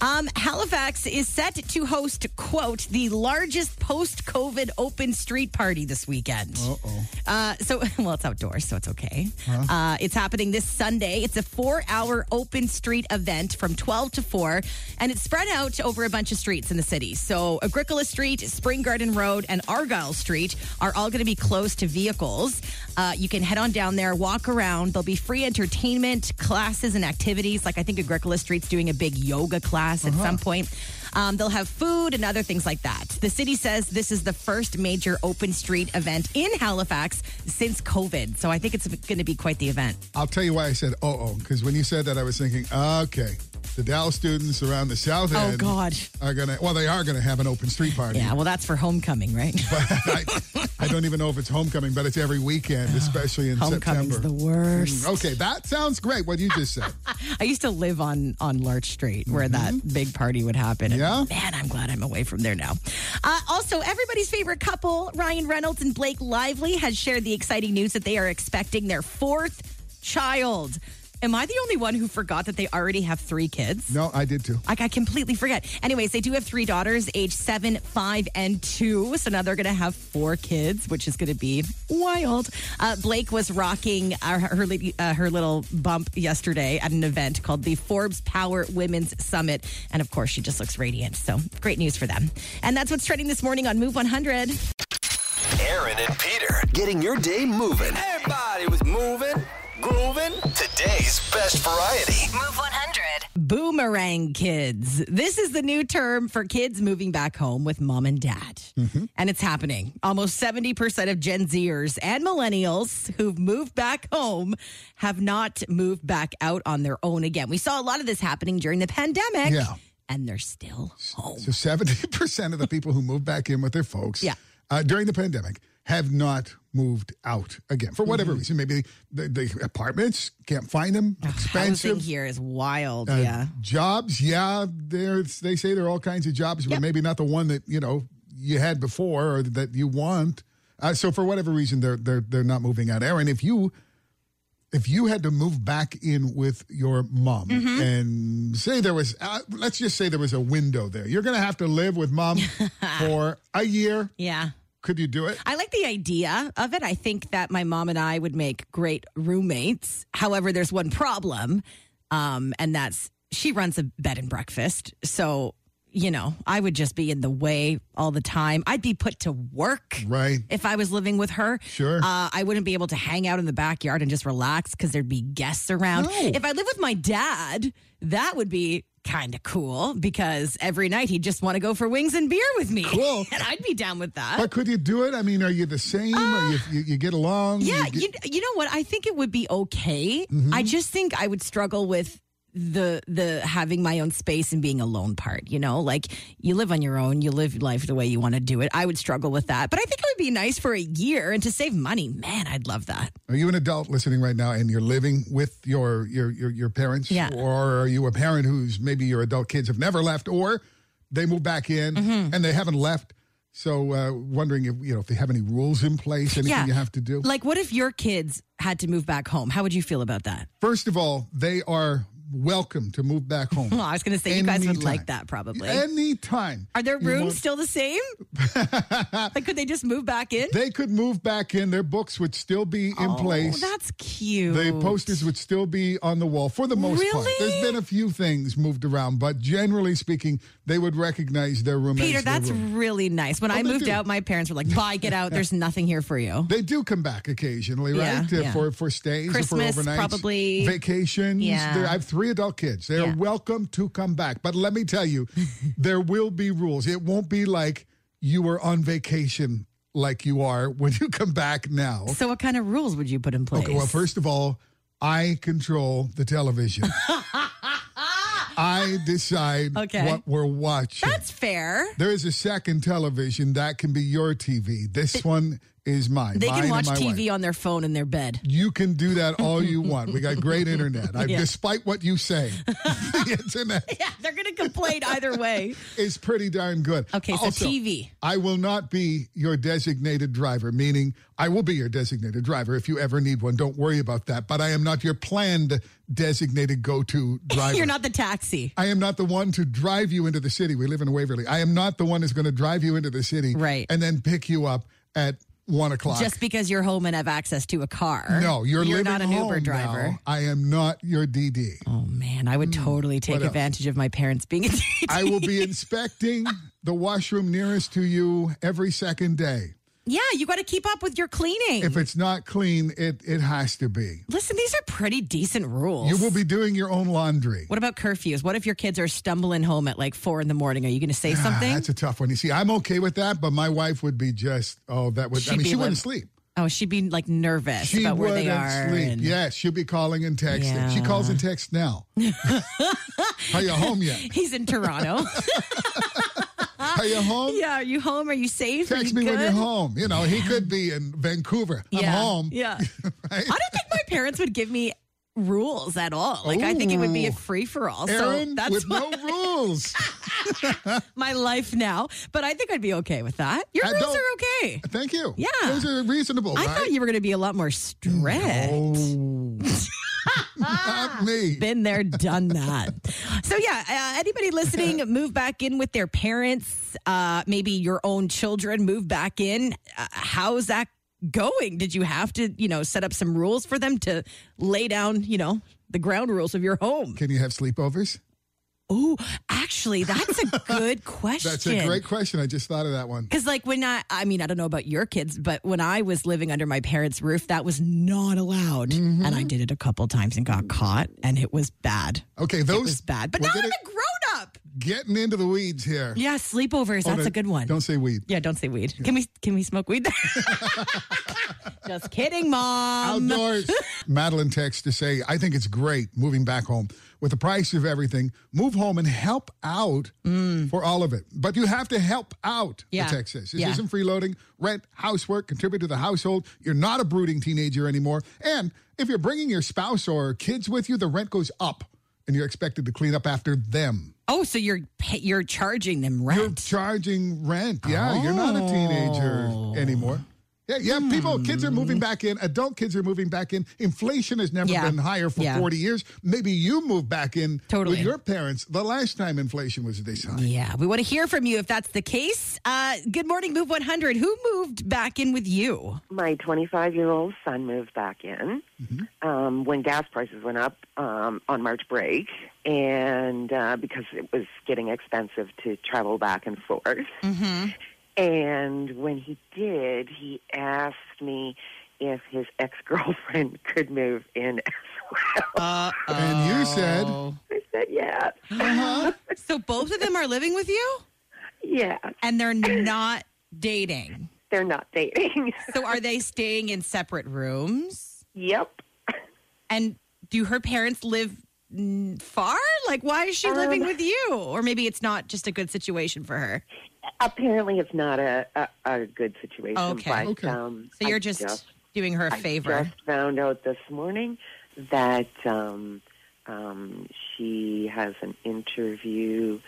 Speaker 3: Um, Halifax is set to host, quote, the largest post COVID open street party this weekend.
Speaker 4: Uh-oh.
Speaker 3: Uh, so, <laughs> well, it's outdoors, so it's okay. Uh, it's happening this Sunday. It's a four hour open street event from 12 to 4, and it's spread out over a bunch of streets in the city. So, Agricola Street, Spring Garden Road, and Argyle Street are all going to be close to vehicles. Uh, you can head on down there, walk around. There'll be free entertainment, classes, and activities. Like I think Agricola Street's doing a big yoga class at some point. Um, they'll have food and other things like that. The city says this is the first major open street event in Halifax since COVID. So I think it's going to be quite the event.
Speaker 4: I'll tell you why I said oh oh because when you said that I was thinking okay the Dow students around the south
Speaker 3: Oh,
Speaker 4: end
Speaker 3: God.
Speaker 4: are gonna well they are gonna have an open street party
Speaker 3: Yeah, well, that's for homecoming, right?
Speaker 4: <laughs> I, I don't even know if it's homecoming but it's every weekend especially in
Speaker 3: <laughs> Homecoming's the
Speaker 4: September Mm,
Speaker 3: worst.
Speaker 4: okay that sounds great what you just said
Speaker 3: I used to live on on Larch Street where that big party would happen. And
Speaker 4: Yeah?
Speaker 3: man, I'm glad I'm away from there now. Uh, also, everybody's favorite couple, Ryan Reynolds and Blake Lively, has shared the exciting news that they are expecting their fourth child. Am I the only one who forgot that they already have three kids?
Speaker 4: no I did too
Speaker 3: Like I completely forget. Anyways, they do have three daughters, age seven, five, and two. So now they're going to have four kids, which is going to be wild. Uh, Blake was rocking uh, her lady- uh, her little bump yesterday at an event called the Forbes Power Women's Summit, and of course, she just looks radiant. So great news for them. And that's what's trending this morning on Move 100.
Speaker 1: Aaron and Peter getting your day moving. Everybody was moving, grooving. Today's best variety.
Speaker 2: Move 100.
Speaker 3: Boomerang kids. This is the new term for kids moving back home with mom and dad.
Speaker 4: Mm-hmm.
Speaker 3: And it's happening. Almost 70% of Gen Zers and millennials who've moved back home have not moved back out on their own again. We saw a lot of this happening during the pandemic.
Speaker 4: Yeah.
Speaker 3: And they're still home.
Speaker 4: so seventy percent of the people who moved back in with their folks
Speaker 3: Yeah.
Speaker 4: uh, during the pandemic have not moved out again for whatever
Speaker 3: Mm-hmm.
Speaker 4: reason maybe the, the apartments can't find them
Speaker 3: Housing
Speaker 4: expensive
Speaker 3: here is wild.
Speaker 4: uh,
Speaker 3: yeah.
Speaker 4: jobs. Yeah, there's they say there are all kinds of jobs, but
Speaker 3: Yep.
Speaker 4: maybe not the one that you know you had before or that you want. Uh, so for whatever reason, they're they're they're not moving out. Aaron, if you if you had to move back in with your mom
Speaker 3: Mm-hmm.
Speaker 4: and say there was, uh, let's just say there was a window there, you're going to have to live with
Speaker 3: <laughs>
Speaker 4: mom for a year.
Speaker 3: Yeah.
Speaker 4: Could you do it?
Speaker 3: I like the idea of it. I think that my mom and I would make great roommates. However, there's one problem, um, and that's she runs a bed and breakfast. So, you know, I would just be in the way all the time. I'd be put to work.
Speaker 4: Right.
Speaker 3: If I was living with her,
Speaker 4: Sure.
Speaker 3: uh, I wouldn't be able to hang out in the backyard and just relax because there'd be guests around.
Speaker 4: No.
Speaker 3: If I live with my dad, that would be kind of cool because every night he'd just want to go for wings and beer with me.
Speaker 4: Cool.
Speaker 3: <laughs> and I'd be down with that.
Speaker 4: But could you do it? I mean, are you the same? or you, you you get along?
Speaker 3: Yeah,
Speaker 4: You Mm-hmm. get-
Speaker 3: you, you know what? I think it would be okay. I just think I would struggle with the the having my own space and being alone part, you know? Like you live on your own, you live life the way you want to do it. I would struggle with that. But I think it would be nice for a year and to save money. Man, I'd love that.
Speaker 4: Are you an adult listening right now and you're living with your your your, your parents?
Speaker 3: Yeah.
Speaker 4: Or are you a parent who's maybe your adult kids have never left or they moved back in
Speaker 3: Mm-hmm.
Speaker 4: and they haven't left? So uh, wondering if you know if they have any rules in place, anything
Speaker 3: Yeah.
Speaker 4: you have to do.
Speaker 3: Like what if your kids had to move back home? How would you feel about that?
Speaker 4: First of all, they are welcome to move back
Speaker 3: <laughs>
Speaker 4: home.
Speaker 3: Well, I was going to say you guys would
Speaker 4: Anytime.
Speaker 3: like that probably.
Speaker 4: Anytime.
Speaker 3: Are their
Speaker 4: you
Speaker 3: rooms
Speaker 4: want-
Speaker 3: still
Speaker 4: <laughs>
Speaker 3: the same? like could they just move back in?
Speaker 4: They could move back in. Their books would still be in place.
Speaker 3: Oh, that's cute.
Speaker 4: The posters would still be on the wall for the most part.
Speaker 3: Really?
Speaker 4: There's been a few things moved around, but generally speaking, they would recognize their room.
Speaker 3: Peter,
Speaker 4: as their
Speaker 3: that's
Speaker 4: room.
Speaker 3: really nice. When
Speaker 4: they
Speaker 3: I moved
Speaker 4: Oh, do.
Speaker 3: out, my parents were like, "Bye, get
Speaker 4: <laughs>
Speaker 3: out. There's nothing here for you."
Speaker 4: They do come back occasionally,
Speaker 3: Yeah,
Speaker 4: right?
Speaker 3: yeah.
Speaker 4: For for stays,
Speaker 3: Christmas,
Speaker 4: for overnights,
Speaker 3: probably.
Speaker 4: vacations.
Speaker 3: Yeah.
Speaker 4: They're- I have three adult kids. They are
Speaker 3: Yeah.
Speaker 4: welcome to come back, but let me tell you, <laughs> there will be rules. It won't be like you were on vacation, like you are when you come back now.
Speaker 3: So, what kind of rules would you put in place?
Speaker 4: Okay, well, first of all, I control the television.
Speaker 3: <laughs>
Speaker 4: I decide
Speaker 3: Okay.
Speaker 4: what we're watching.
Speaker 3: that's fair.
Speaker 4: there is a second television that can be your TV. This one is mine.
Speaker 3: They
Speaker 4: mine
Speaker 3: can
Speaker 4: and
Speaker 3: watch
Speaker 4: my
Speaker 3: TV
Speaker 4: wife.
Speaker 3: on their phone in their bed.
Speaker 4: <laughs> You can do that all you want. We got great internet. I,
Speaker 3: <laughs> Yeah.
Speaker 4: Despite what you
Speaker 3: <laughs>
Speaker 4: say, <laughs> the internet
Speaker 3: Yeah, they're going to complain either way.
Speaker 4: is pretty darn good.
Speaker 3: Okay, so
Speaker 4: Also,
Speaker 3: TV.
Speaker 4: I will not be your designated driver, meaning I will be your designated driver if you ever need one. Don't worry about that. But I am not your planned designated go to <laughs> driver.
Speaker 3: <laughs> You're not the taxi.
Speaker 4: I am not the one to drive you into the city. We live in Waverly. I am not the one that's going to drive you into the city
Speaker 3: Right.
Speaker 4: and then pick you up at one o'clock.
Speaker 3: Just because you're home and have access to a car.
Speaker 4: no, you're,
Speaker 3: you're
Speaker 4: living
Speaker 3: not an
Speaker 4: home
Speaker 3: Uber driver.
Speaker 4: now. I am not your DD.
Speaker 3: Oh man, I would totally take
Speaker 4: Hmm, else?
Speaker 3: advantage of my parents
Speaker 4: <laughs>
Speaker 3: being. <laughs>
Speaker 4: I will be inspecting the washroom nearest to you every second day.
Speaker 3: Yeah, you got to keep up with your cleaning.
Speaker 4: If it's not clean, it, it has to be.
Speaker 3: Listen, these are pretty decent rules.
Speaker 4: You will be doing your own laundry.
Speaker 3: What about curfews? What if your kids are stumbling home at like four in the morning? Are you going to say something?
Speaker 4: That's a tough one. You see, I'm okay with that, but my wife would be just, oh, that would, I
Speaker 3: She'd
Speaker 4: mean,
Speaker 3: be
Speaker 4: she wouldn't
Speaker 3: limp.
Speaker 4: sleep.
Speaker 3: oh, she'd be like nervous
Speaker 4: She
Speaker 3: about where
Speaker 4: wouldn't
Speaker 3: they are.
Speaker 4: sleep.
Speaker 3: and-
Speaker 4: Yes, she'll be calling and texting. She
Speaker 3: Yeah.
Speaker 4: calls and texts
Speaker 3: <laughs>
Speaker 4: now. are you home yet?
Speaker 3: He's
Speaker 4: <laughs>
Speaker 3: in Toronto. <laughs>
Speaker 4: Are you home?
Speaker 3: Ah, yeah, are you home? Are you safe? Are
Speaker 4: Text
Speaker 3: you
Speaker 4: me when
Speaker 3: good?
Speaker 4: you're home. You know, he could be in Vancouver.
Speaker 3: Yeah.
Speaker 4: I'm home. <laughs>
Speaker 3: Yeah. I don't think my parents would give me rules at all. Like I think it would be a
Speaker 4: Ooh.
Speaker 3: free for all. So
Speaker 4: Aaron
Speaker 3: that's
Speaker 4: with
Speaker 3: my,
Speaker 4: no
Speaker 3: <laughs>
Speaker 4: rules.
Speaker 3: my life now. But I think I'd be okay with that. Your
Speaker 4: I
Speaker 3: rules
Speaker 4: don't-
Speaker 3: are okay.
Speaker 4: Thank you.
Speaker 3: Yeah.
Speaker 4: Those are reasonable,
Speaker 3: I
Speaker 4: right?
Speaker 3: thought you were going to be a lot more strict.
Speaker 4: Oh. Not me.
Speaker 3: Been there, done that. So, yeah, uh, anybody <laughs> listening, move back in with their parents, uh, maybe your own children, move back in. Uh, how's that going? Did you have to, you know, set up some rules for them to lay down, you know, the ground rules of your home?
Speaker 4: Can you have sleepovers?
Speaker 3: Oh, actually, that's <laughs> a good question.
Speaker 4: That's a great question. I just thought of that one.
Speaker 3: Because, like, when I, I mean, I don't know about your kids, but when I was living under my parents' roof, that was not allowed. And I did it a couple times and got caught, and it was bad.
Speaker 4: Okay,
Speaker 3: It was
Speaker 4: those
Speaker 3: bad. But
Speaker 4: we're
Speaker 3: now I'm
Speaker 4: getting,
Speaker 3: a grown up.
Speaker 4: getting into the weeds here.
Speaker 3: Yeah, sleepovers.
Speaker 4: Hold
Speaker 3: that's
Speaker 4: on.
Speaker 3: a good one.
Speaker 4: Oh, Don't say weed.
Speaker 3: yeah, don't say weed. Can we can we smoke weed? <laughs> Just kidding, mom.
Speaker 4: Outdoors. <laughs> Madeline texts to say, I think it's great moving back home. With the price of everything, move home and help out for all of it. But you have to help out,
Speaker 3: Mm. Yeah.
Speaker 4: the text says. This
Speaker 3: Yeah.
Speaker 4: isn't freeloading. Rent, housework, contribute to the household. You're not a brooding teenager anymore. And if you're bringing your spouse or kids with you, the rent goes up and you're expected to clean up after them.
Speaker 3: Oh, so you're pa- you're charging them
Speaker 4: You're
Speaker 3: rent?
Speaker 4: charging rent. Yeah, you're not a
Speaker 3: Oh.
Speaker 4: teenager anymore. Yeah, yeah. People, kids are moving back in. Adult kids are moving back in. Inflation has never
Speaker 3: Hmm. Yeah.
Speaker 4: been higher for
Speaker 3: Yeah.
Speaker 4: 40 years. Maybe you moved back in
Speaker 3: Totally.
Speaker 4: with your parents the last time inflation was this high.
Speaker 3: yeah, we want to hear from you if that's the case. Uh, good morning, Move 100. Who moved back in with you?
Speaker 7: my 25 year old son moved back in
Speaker 3: Mm-hmm.
Speaker 7: um, when gas prices went up um, on March break, and uh, because it was getting expensive to travel back and forth.
Speaker 3: Mm-hmm.
Speaker 7: And when he did, he asked me if his ex girlfriend <laughs> could move in as well.
Speaker 4: And you
Speaker 3: Oh.
Speaker 4: said,
Speaker 7: I said, yes,
Speaker 3: Uh-huh. <laughs> So both of them are living with you,
Speaker 7: yes.
Speaker 3: and they're not dating.
Speaker 7: They're not dating. <laughs>
Speaker 3: So are they staying in separate rooms?
Speaker 7: yep.
Speaker 3: And do her parents live mm, far? Like, why is she living
Speaker 7: Um,
Speaker 3: with you? Or maybe it's not just a good situation for her.
Speaker 7: Apparently, it's not a, a, a good situation.
Speaker 3: Okay.
Speaker 7: But,
Speaker 4: Okay.
Speaker 7: Um,
Speaker 3: So you're
Speaker 7: I
Speaker 3: just, doing her a favor.
Speaker 7: I just found out this morning that um, um, she has an interview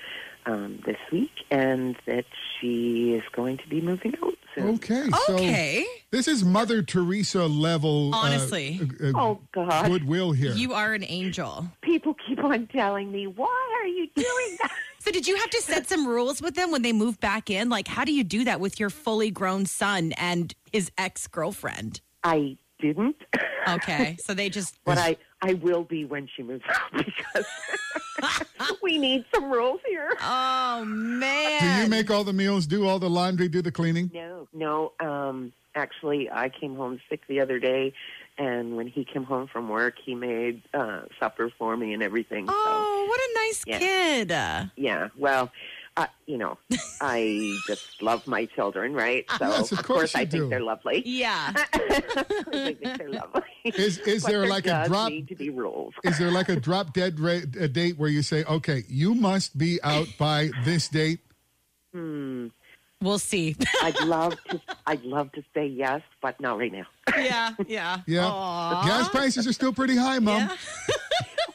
Speaker 7: um, this week and that she is going to be moving out soon.
Speaker 4: okay. So
Speaker 3: okay.
Speaker 4: this is Mother Teresa level. uh,
Speaker 3: Honestly.
Speaker 4: uh, uh,
Speaker 7: Oh, God.
Speaker 4: Goodwill here.
Speaker 3: You are an angel.
Speaker 7: People keep on telling me, why are you doing that?
Speaker 3: So did you have to set some rules with them when they moved back in? Like, how do you do that with your fully grown son and his ex girlfriend?
Speaker 7: I didn't,
Speaker 3: Okay. So they just.
Speaker 7: <laughs> but I, I will be when she moves out <laughs> because we need some rules here.
Speaker 3: Oh, man.
Speaker 4: do you make all the meals, do all the laundry, do the cleaning?
Speaker 7: No, no. Um, actually, I came home sick the other day, and when he came home from work, he made uh, supper for me and everything.
Speaker 3: Oh, what a nice
Speaker 7: Yeah. <laughs>
Speaker 3: kid. Uh,
Speaker 7: So yeah, well, uh, you know, I just love my children, right?
Speaker 4: <laughs>
Speaker 7: So
Speaker 4: Yes, of course you
Speaker 7: I
Speaker 4: do.
Speaker 7: think
Speaker 4: <laughs>
Speaker 7: they're lovely.
Speaker 3: Yeah.
Speaker 7: <laughs> I think they're lovely.
Speaker 4: Is, is
Speaker 7: But
Speaker 4: there
Speaker 7: there
Speaker 4: like a
Speaker 7: does
Speaker 4: drop
Speaker 7: Need to be rules.
Speaker 4: Is there like a drop dead ra- a date where you say, okay, you must be out by this date?
Speaker 3: We'll
Speaker 7: <laughs>
Speaker 3: see. <laughs>
Speaker 7: Hmm. I'd love to. I'd love to say yes, but not right now.
Speaker 3: yeah. Yeah.
Speaker 4: Yeah. Gas prices are still pretty high, Mom.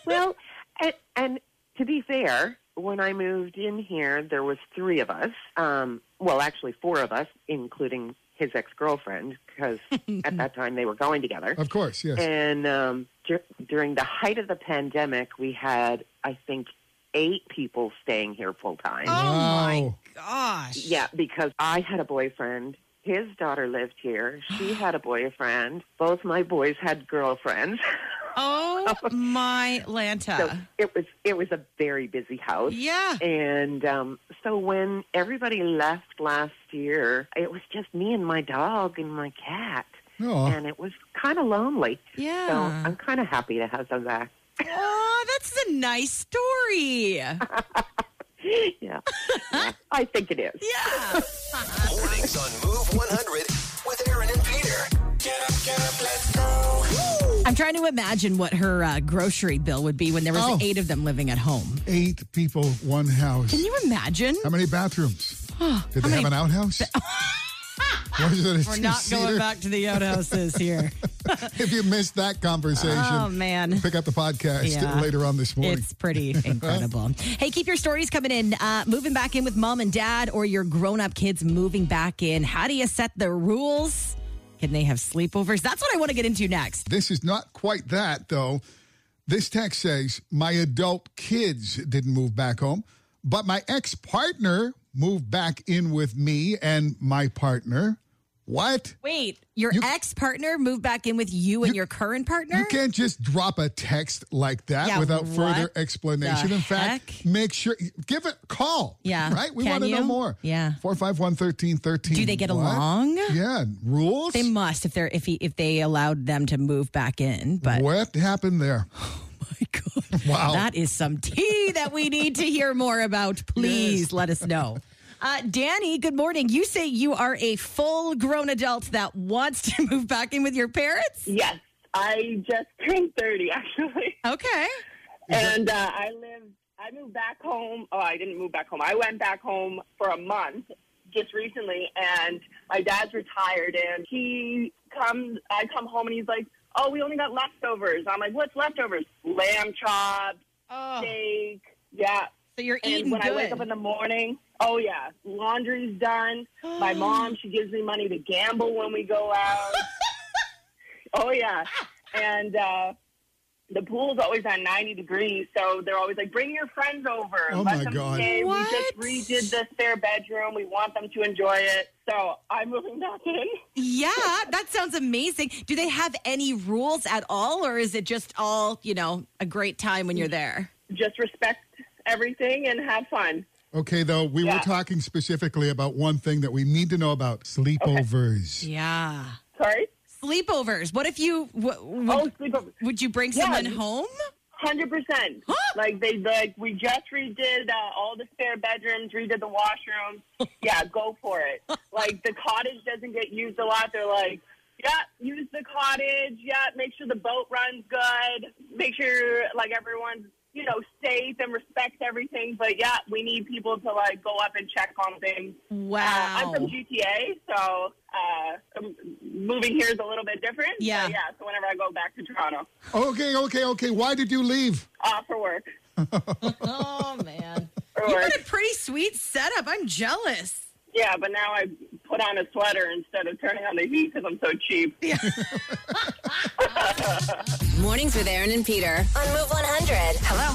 Speaker 7: Well, and, and to be fair, when I moved in here, there was three of us. Um, well, actually, four of us, including his ex girlfriend,
Speaker 4: <laughs>
Speaker 7: because at that time they were going together.
Speaker 4: Of course, yes.
Speaker 7: And um, dur- during the height of the pandemic, we had, I think, eight people staying here full time.
Speaker 3: Oh my
Speaker 4: Wow.
Speaker 3: gosh.
Speaker 7: Yeah, because I had a boyfriend.
Speaker 4: <gasps>
Speaker 7: His daughter lived here. She had a boyfriend. Both my boys had girlfriends. <laughs>
Speaker 3: Oh my Lanta.
Speaker 4: Uh-huh.
Speaker 7: So it was it was a very busy house. <laughs>
Speaker 3: yeah.
Speaker 7: And um, so when everybody left last year, it was just me and my dog and my cat,
Speaker 4: Oh,
Speaker 7: and it was kind of lonely.
Speaker 3: Yeah.
Speaker 7: So I'm kind of happy to have them back. <laughs>
Speaker 3: Oh, that's a nice story.
Speaker 7: yeah. yeah, I think it is. <laughs>
Speaker 3: Yeah.
Speaker 1: Mornings on Move 100 with Aaron and Peter. Get up, get up, let's go.
Speaker 3: I'm trying to imagine what her uh, grocery bill would be when there was
Speaker 4: Oh.
Speaker 3: eight of them living at home.
Speaker 4: eight people, one house.
Speaker 3: Can you imagine?
Speaker 4: How many
Speaker 3: <gasps>
Speaker 4: bathrooms? Did they
Speaker 3: many-
Speaker 4: have an outhouse? <laughs> Was it a
Speaker 3: <laughs> We're not
Speaker 4: two-seater?
Speaker 3: going back to the outhouse this year.
Speaker 4: If you missed that conversation,
Speaker 3: Oh man.
Speaker 4: pick up the podcast
Speaker 3: Yeah.
Speaker 4: later on this morning.
Speaker 3: It's pretty incredible. hey, keep your stories coming in. Uh, moving back in with mom and dad, or your grown up kids moving back in. How do you set the rules? Can they have sleepovers? That's what I want to get into next.
Speaker 4: This is not quite that, though. This text says My adult kids didn't move back home, but my ex partner moved back in with me and my partner. What?
Speaker 3: Wait, your ex partner moved back in with you and your current partner?
Speaker 4: You can't just drop a text like that
Speaker 3: Yeah,
Speaker 4: without further
Speaker 3: what
Speaker 4: explanation.
Speaker 3: the
Speaker 4: In fact,
Speaker 3: heck?
Speaker 4: make sure, give it a call.
Speaker 3: Yeah.
Speaker 4: Right? We
Speaker 3: Can
Speaker 4: want to know
Speaker 3: you?
Speaker 4: more.
Speaker 3: Yeah.
Speaker 4: 451 1313.
Speaker 3: Do they get along?
Speaker 4: Yeah. Rules?
Speaker 3: They must if they're if he, if they allowed them to move back in. But
Speaker 4: what happened there?
Speaker 3: my <laughs> God.
Speaker 4: Wow.
Speaker 3: That is some tea that we need to hear more about. Please let us know. Uh, Danny, good morning. You say you are a full grown adult that wants to <laughs> move back in with your parents?
Speaker 8: Yes, I just turned 30 actually.
Speaker 3: Okay.
Speaker 8: And uh, I live, I moved back home. Oh, I didn't move back home. I went back home for a month just recently, and my dad's retired, and he comes, I come home, and he's like, Oh, we only got leftovers. I'm like, What's leftovers? Lamb chops,
Speaker 3: Oh,
Speaker 8: steak. Yeah.
Speaker 3: so you're
Speaker 8: And
Speaker 3: eating
Speaker 8: when
Speaker 3: good.
Speaker 8: I wake up in the morning, oh, yeah, laundry's done.
Speaker 3: <gasps>
Speaker 8: My mom, she gives me money to gamble when we go
Speaker 3: <laughs>
Speaker 8: out. oh yeah, and uh, the pool's always on ninety degrees, so they're always like, "Bring your friends over."
Speaker 4: Oh,
Speaker 8: Let
Speaker 4: my
Speaker 8: them
Speaker 4: God.
Speaker 8: stay.
Speaker 3: What?
Speaker 8: We just redid the spare bedroom. We want them to enjoy it. So I'm moving back in.
Speaker 3: <laughs> yeah, that sounds amazing. Do they have any rules at all, or is it just all, you know, a great time when you're there?
Speaker 8: Just respect everything and have fun.
Speaker 4: Okay, though, we
Speaker 8: Yeah.
Speaker 4: were talking specifically about one thing that we need to know about sleepovers.
Speaker 3: Yeah.
Speaker 8: Sorry.
Speaker 3: Sleepovers. What if you, w- would,
Speaker 8: Oh, sleepover.
Speaker 3: would you bring
Speaker 8: Yeah,
Speaker 3: someone
Speaker 8: you-
Speaker 3: home?
Speaker 8: Hundred percent. Like they like we just redid uh, all the spare bedrooms, redid the washroom.
Speaker 3: <laughs>
Speaker 8: Yeah, go for it. Like the cottage doesn't get used a lot. They're like, yeah, use the cottage. Yeah, make sure the boat runs good. Make sure like everyone's you know safe and respects everything. But yeah, we need people to like go up and check on things. Uh,
Speaker 3: Wow.
Speaker 8: I'm from GTA, so uh, m- moving here is a little bit different. But,
Speaker 3: Yeah.
Speaker 8: yeah. So whenever I go back to Toronto
Speaker 4: Okay, okay, okay. Why did you leave?
Speaker 8: uh, for work.
Speaker 3: Oh man.
Speaker 8: For
Speaker 3: You
Speaker 8: work.
Speaker 3: got a pretty sweet setup. I'm jealous.
Speaker 8: Yeah, but now I put on a sweater instead of turning on the heat because I'm so cheap.
Speaker 2: Mornings with Aaron and Peter on Move 100. Hello.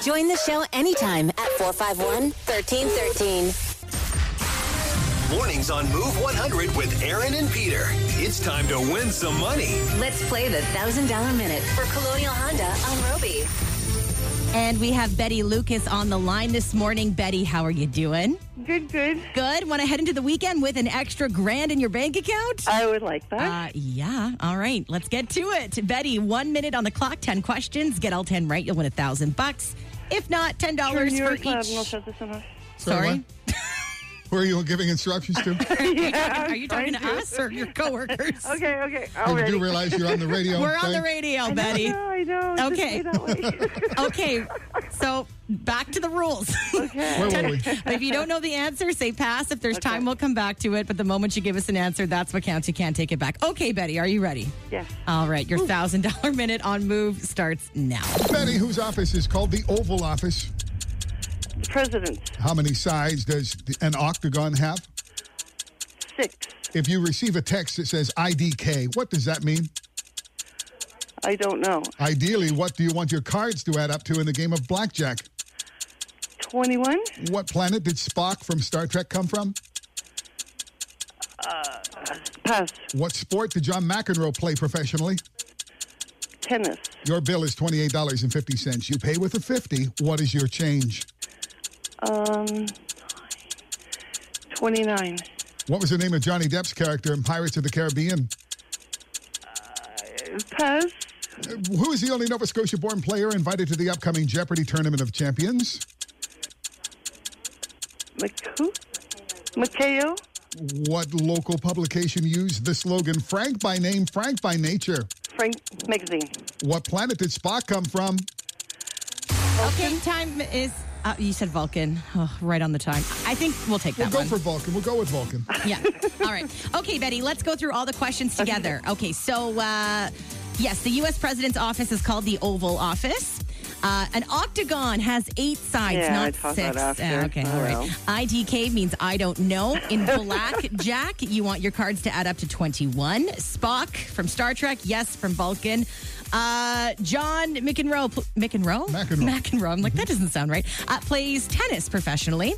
Speaker 2: Join the show anytime at 451 1313.
Speaker 1: Mornings on Move 100 with Aaron and Peter. It's time to win some money.
Speaker 2: Let's play the $1,000 minute for Colonial Honda on Roby.
Speaker 3: And we have Betty Lucas on the line this morning. Betty, how are you doing?
Speaker 9: Good, good.
Speaker 3: Good. Want to head into the weekend with an extra grand in your bank account?
Speaker 9: I would like that.
Speaker 3: Uh, yeah. All right. Let's get to it. Betty, one minute on the clock, 10 questions. Get all 10 right. You'll win a thousand bucks. If not, $10
Speaker 9: Turn
Speaker 3: Uh, for
Speaker 9: your
Speaker 3: each.
Speaker 9: club, no sense in us.
Speaker 3: Sorry.
Speaker 4: <laughs> Who are you giving instructions
Speaker 3: <laughs>
Speaker 4: to?
Speaker 3: <laughs> Are you talking to
Speaker 9: trying to.
Speaker 3: us or your coworkers?
Speaker 9: Okay, okay.
Speaker 4: I do
Speaker 9: Already.
Speaker 4: realize you're on the radio.
Speaker 3: We're on the
Speaker 4: Thank-
Speaker 3: radio, Betty.
Speaker 9: No, I know. Just
Speaker 3: Okay.
Speaker 9: stay that
Speaker 3: <laughs>
Speaker 9: way.
Speaker 3: Okay, so back to the rules.
Speaker 4: Where were we?
Speaker 3: if you don't know the answer, say pass. If there's time, we'll come back to it. But the moment you give us an answer, that's what counts. You can't take it back. Okay, Betty, are you ready?
Speaker 9: yes.
Speaker 3: All right, your $1,000 minute on move starts now.
Speaker 4: Betty, whose office is called the Oval Office?
Speaker 9: The president,
Speaker 4: How many sides does the- an octagon have?
Speaker 9: six.
Speaker 4: If you receive a text that says IDK, what does that mean?
Speaker 9: I don't know.
Speaker 4: Ideally, what do you want your cards to add up to in the game of blackjack?
Speaker 9: 21?
Speaker 4: What planet did Spock from Star Trek come from?
Speaker 9: Pass.
Speaker 4: What sport did John McEnroe play professionally?
Speaker 9: tennis,
Speaker 4: Your bill is $28.50. You pay with a 50. What is your change?
Speaker 9: um, 29.
Speaker 4: What was the name of Johnny Depp's character in Pirates of the Caribbean?
Speaker 9: Pez,
Speaker 4: Uh, Who is the only Nova Scotia born player invited to the upcoming Jeopardy Tournament of Champions?
Speaker 9: McCoo, Mikhail,
Speaker 4: What local publication used the slogan Frank by name, Frank by nature?
Speaker 9: Frank Magazine.
Speaker 4: What planet did Spock come from?
Speaker 3: Okay, time is. Uh, you said Vulcan, oh, right on the time. I think we'll take
Speaker 4: We'll
Speaker 3: that
Speaker 4: go
Speaker 3: one.
Speaker 4: for Vulcan. We'll go with Vulcan.
Speaker 3: yeah. All right. Okay, Betty. Let's go through all the questions together. Okay. So, uh, yes, the U.S. President's office is called the Oval Office. Uh, an octagon has eight sides,
Speaker 9: Yeah, I
Speaker 3: not
Speaker 9: taught
Speaker 3: six.
Speaker 9: that after.
Speaker 3: Uh, okay,
Speaker 9: Oh,
Speaker 3: all right.
Speaker 9: well.
Speaker 3: IDK means I don't know. In blackjack, you want your cards to add up to 21. Spock from Star Trek, yes, from Vulcan. Uh, John McEnroe, pl- McEnroe?
Speaker 4: McEnroe.
Speaker 3: McEnroe. I'm like, that doesn't sound right. Uh, plays tennis professionally.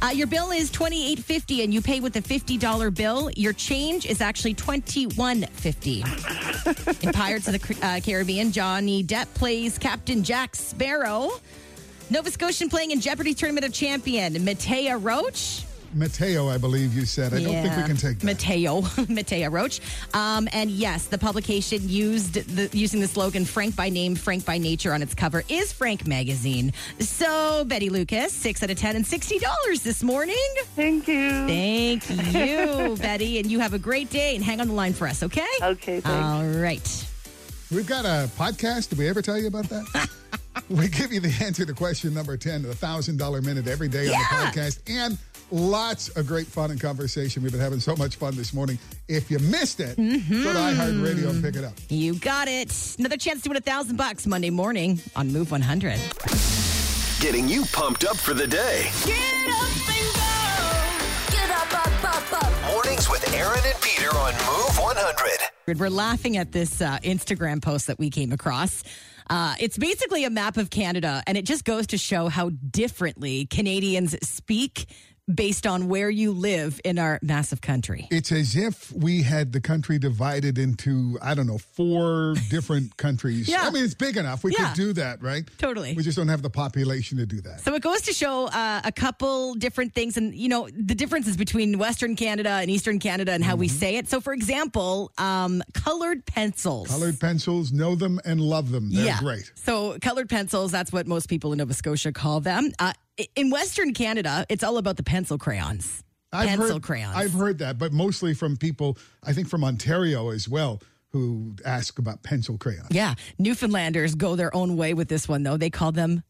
Speaker 3: Uh, your bill is twenty eight fifty, and you pay with a fifty dollar bill. Your change is actually twenty one fifty. In Pirates of the uh, Caribbean, Johnny Depp plays Captain Jack Sparrow. Nova Scotian playing in Jeopardy Tournament of Champion, Matea Roach.
Speaker 4: Mateo, I believe you said. I don't think we can take that.
Speaker 3: Mateo, <laughs> Matea Roach. Um, and yes, the publication used the, using the slogan Frank by name, Frank by nature on its cover is Frank Magazine. So, Betty Lucas, six out of 10 and $60 this morning.
Speaker 9: Thank you.
Speaker 3: Thank you, Betty. And you have a great day and hang on the line for us, okay?
Speaker 9: Okay, thanks.
Speaker 3: All right.
Speaker 4: We've got a podcast. Did we ever tell you about
Speaker 3: <laughs>
Speaker 4: that? we give you the answer to question number 10, the $1,000 minute every day on the podcast, and lots of great fun and conversation. We've been having so much fun this morning. If you missed it,
Speaker 3: Mm-hmm.
Speaker 4: go to iHeartRadio and pick it up.
Speaker 3: You got it. Another chance to win a thousand bucks Monday morning on Move 100.
Speaker 1: Getting you pumped up for the day.
Speaker 2: Get up and go. Get up, up, up, up.
Speaker 1: Mornings with Aaron and Peter on Move 100.
Speaker 3: We're laughing at this uh, Instagram post that we came across. Uh, it's basically a map of Canada, and it just goes to show how differently Canadians speak based on where you live in our massive country.
Speaker 4: It's as if we had the country divided into, I don't know,
Speaker 3: <laughs>
Speaker 4: four different countries.
Speaker 3: Yeah.
Speaker 4: I mean, it's big enough. We
Speaker 3: Yeah.
Speaker 4: could do that, right?
Speaker 3: Totally.
Speaker 4: We just don't have the population to do that.
Speaker 3: So it goes to show uh, a couple different things, and you know the differences between Western Canada and Eastern Canada and how we say it. So, for example, um, colored pencils.
Speaker 4: Colored pencils, know them and love them. They're great.
Speaker 3: So colored pencils, that's what most people in Nova Scotia call them. Uh, i- in Western Canada, it's all about the pencil crayons. pencil
Speaker 4: heard,
Speaker 3: crayons.
Speaker 4: I've heard that, but mostly from people, I think from Ontario as well, who ask about pencil crayons.
Speaker 3: yeah. Newfoundlanders go their own way with this one, though. They call them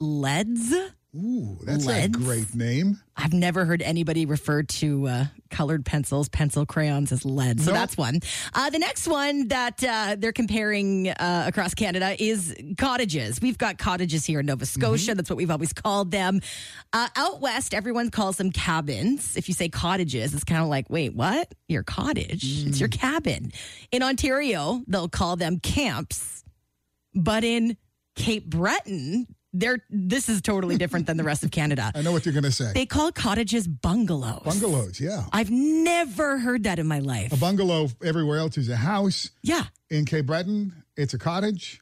Speaker 3: E leads.
Speaker 4: Ooh, that's
Speaker 3: Leads?
Speaker 4: a great name.
Speaker 3: I've never heard anybody refer to uh, colored pencils, pencil crayons as lead. So
Speaker 4: No.
Speaker 3: that's one. Uh, the next one that uh, they're comparing uh, across Canada is cottages. We've got cottages here in Nova Scotia. That's what we've always called them. Uh, out west, everyone calls them cabins. If you say cottages, it's kind of like, wait, what? Your cottage? It's your cabin. In Ontario, they'll call them camps but in Cape Breton, they're this is totally different than the rest of Canada.
Speaker 4: I know what you're going to say.
Speaker 3: They call cottages bungalows.
Speaker 4: Bungalows, yeah.
Speaker 3: I've never heard that in my life.
Speaker 4: A bungalow everywhere else is a house.
Speaker 3: Yeah.
Speaker 4: In Cape Breton, it's a cottage.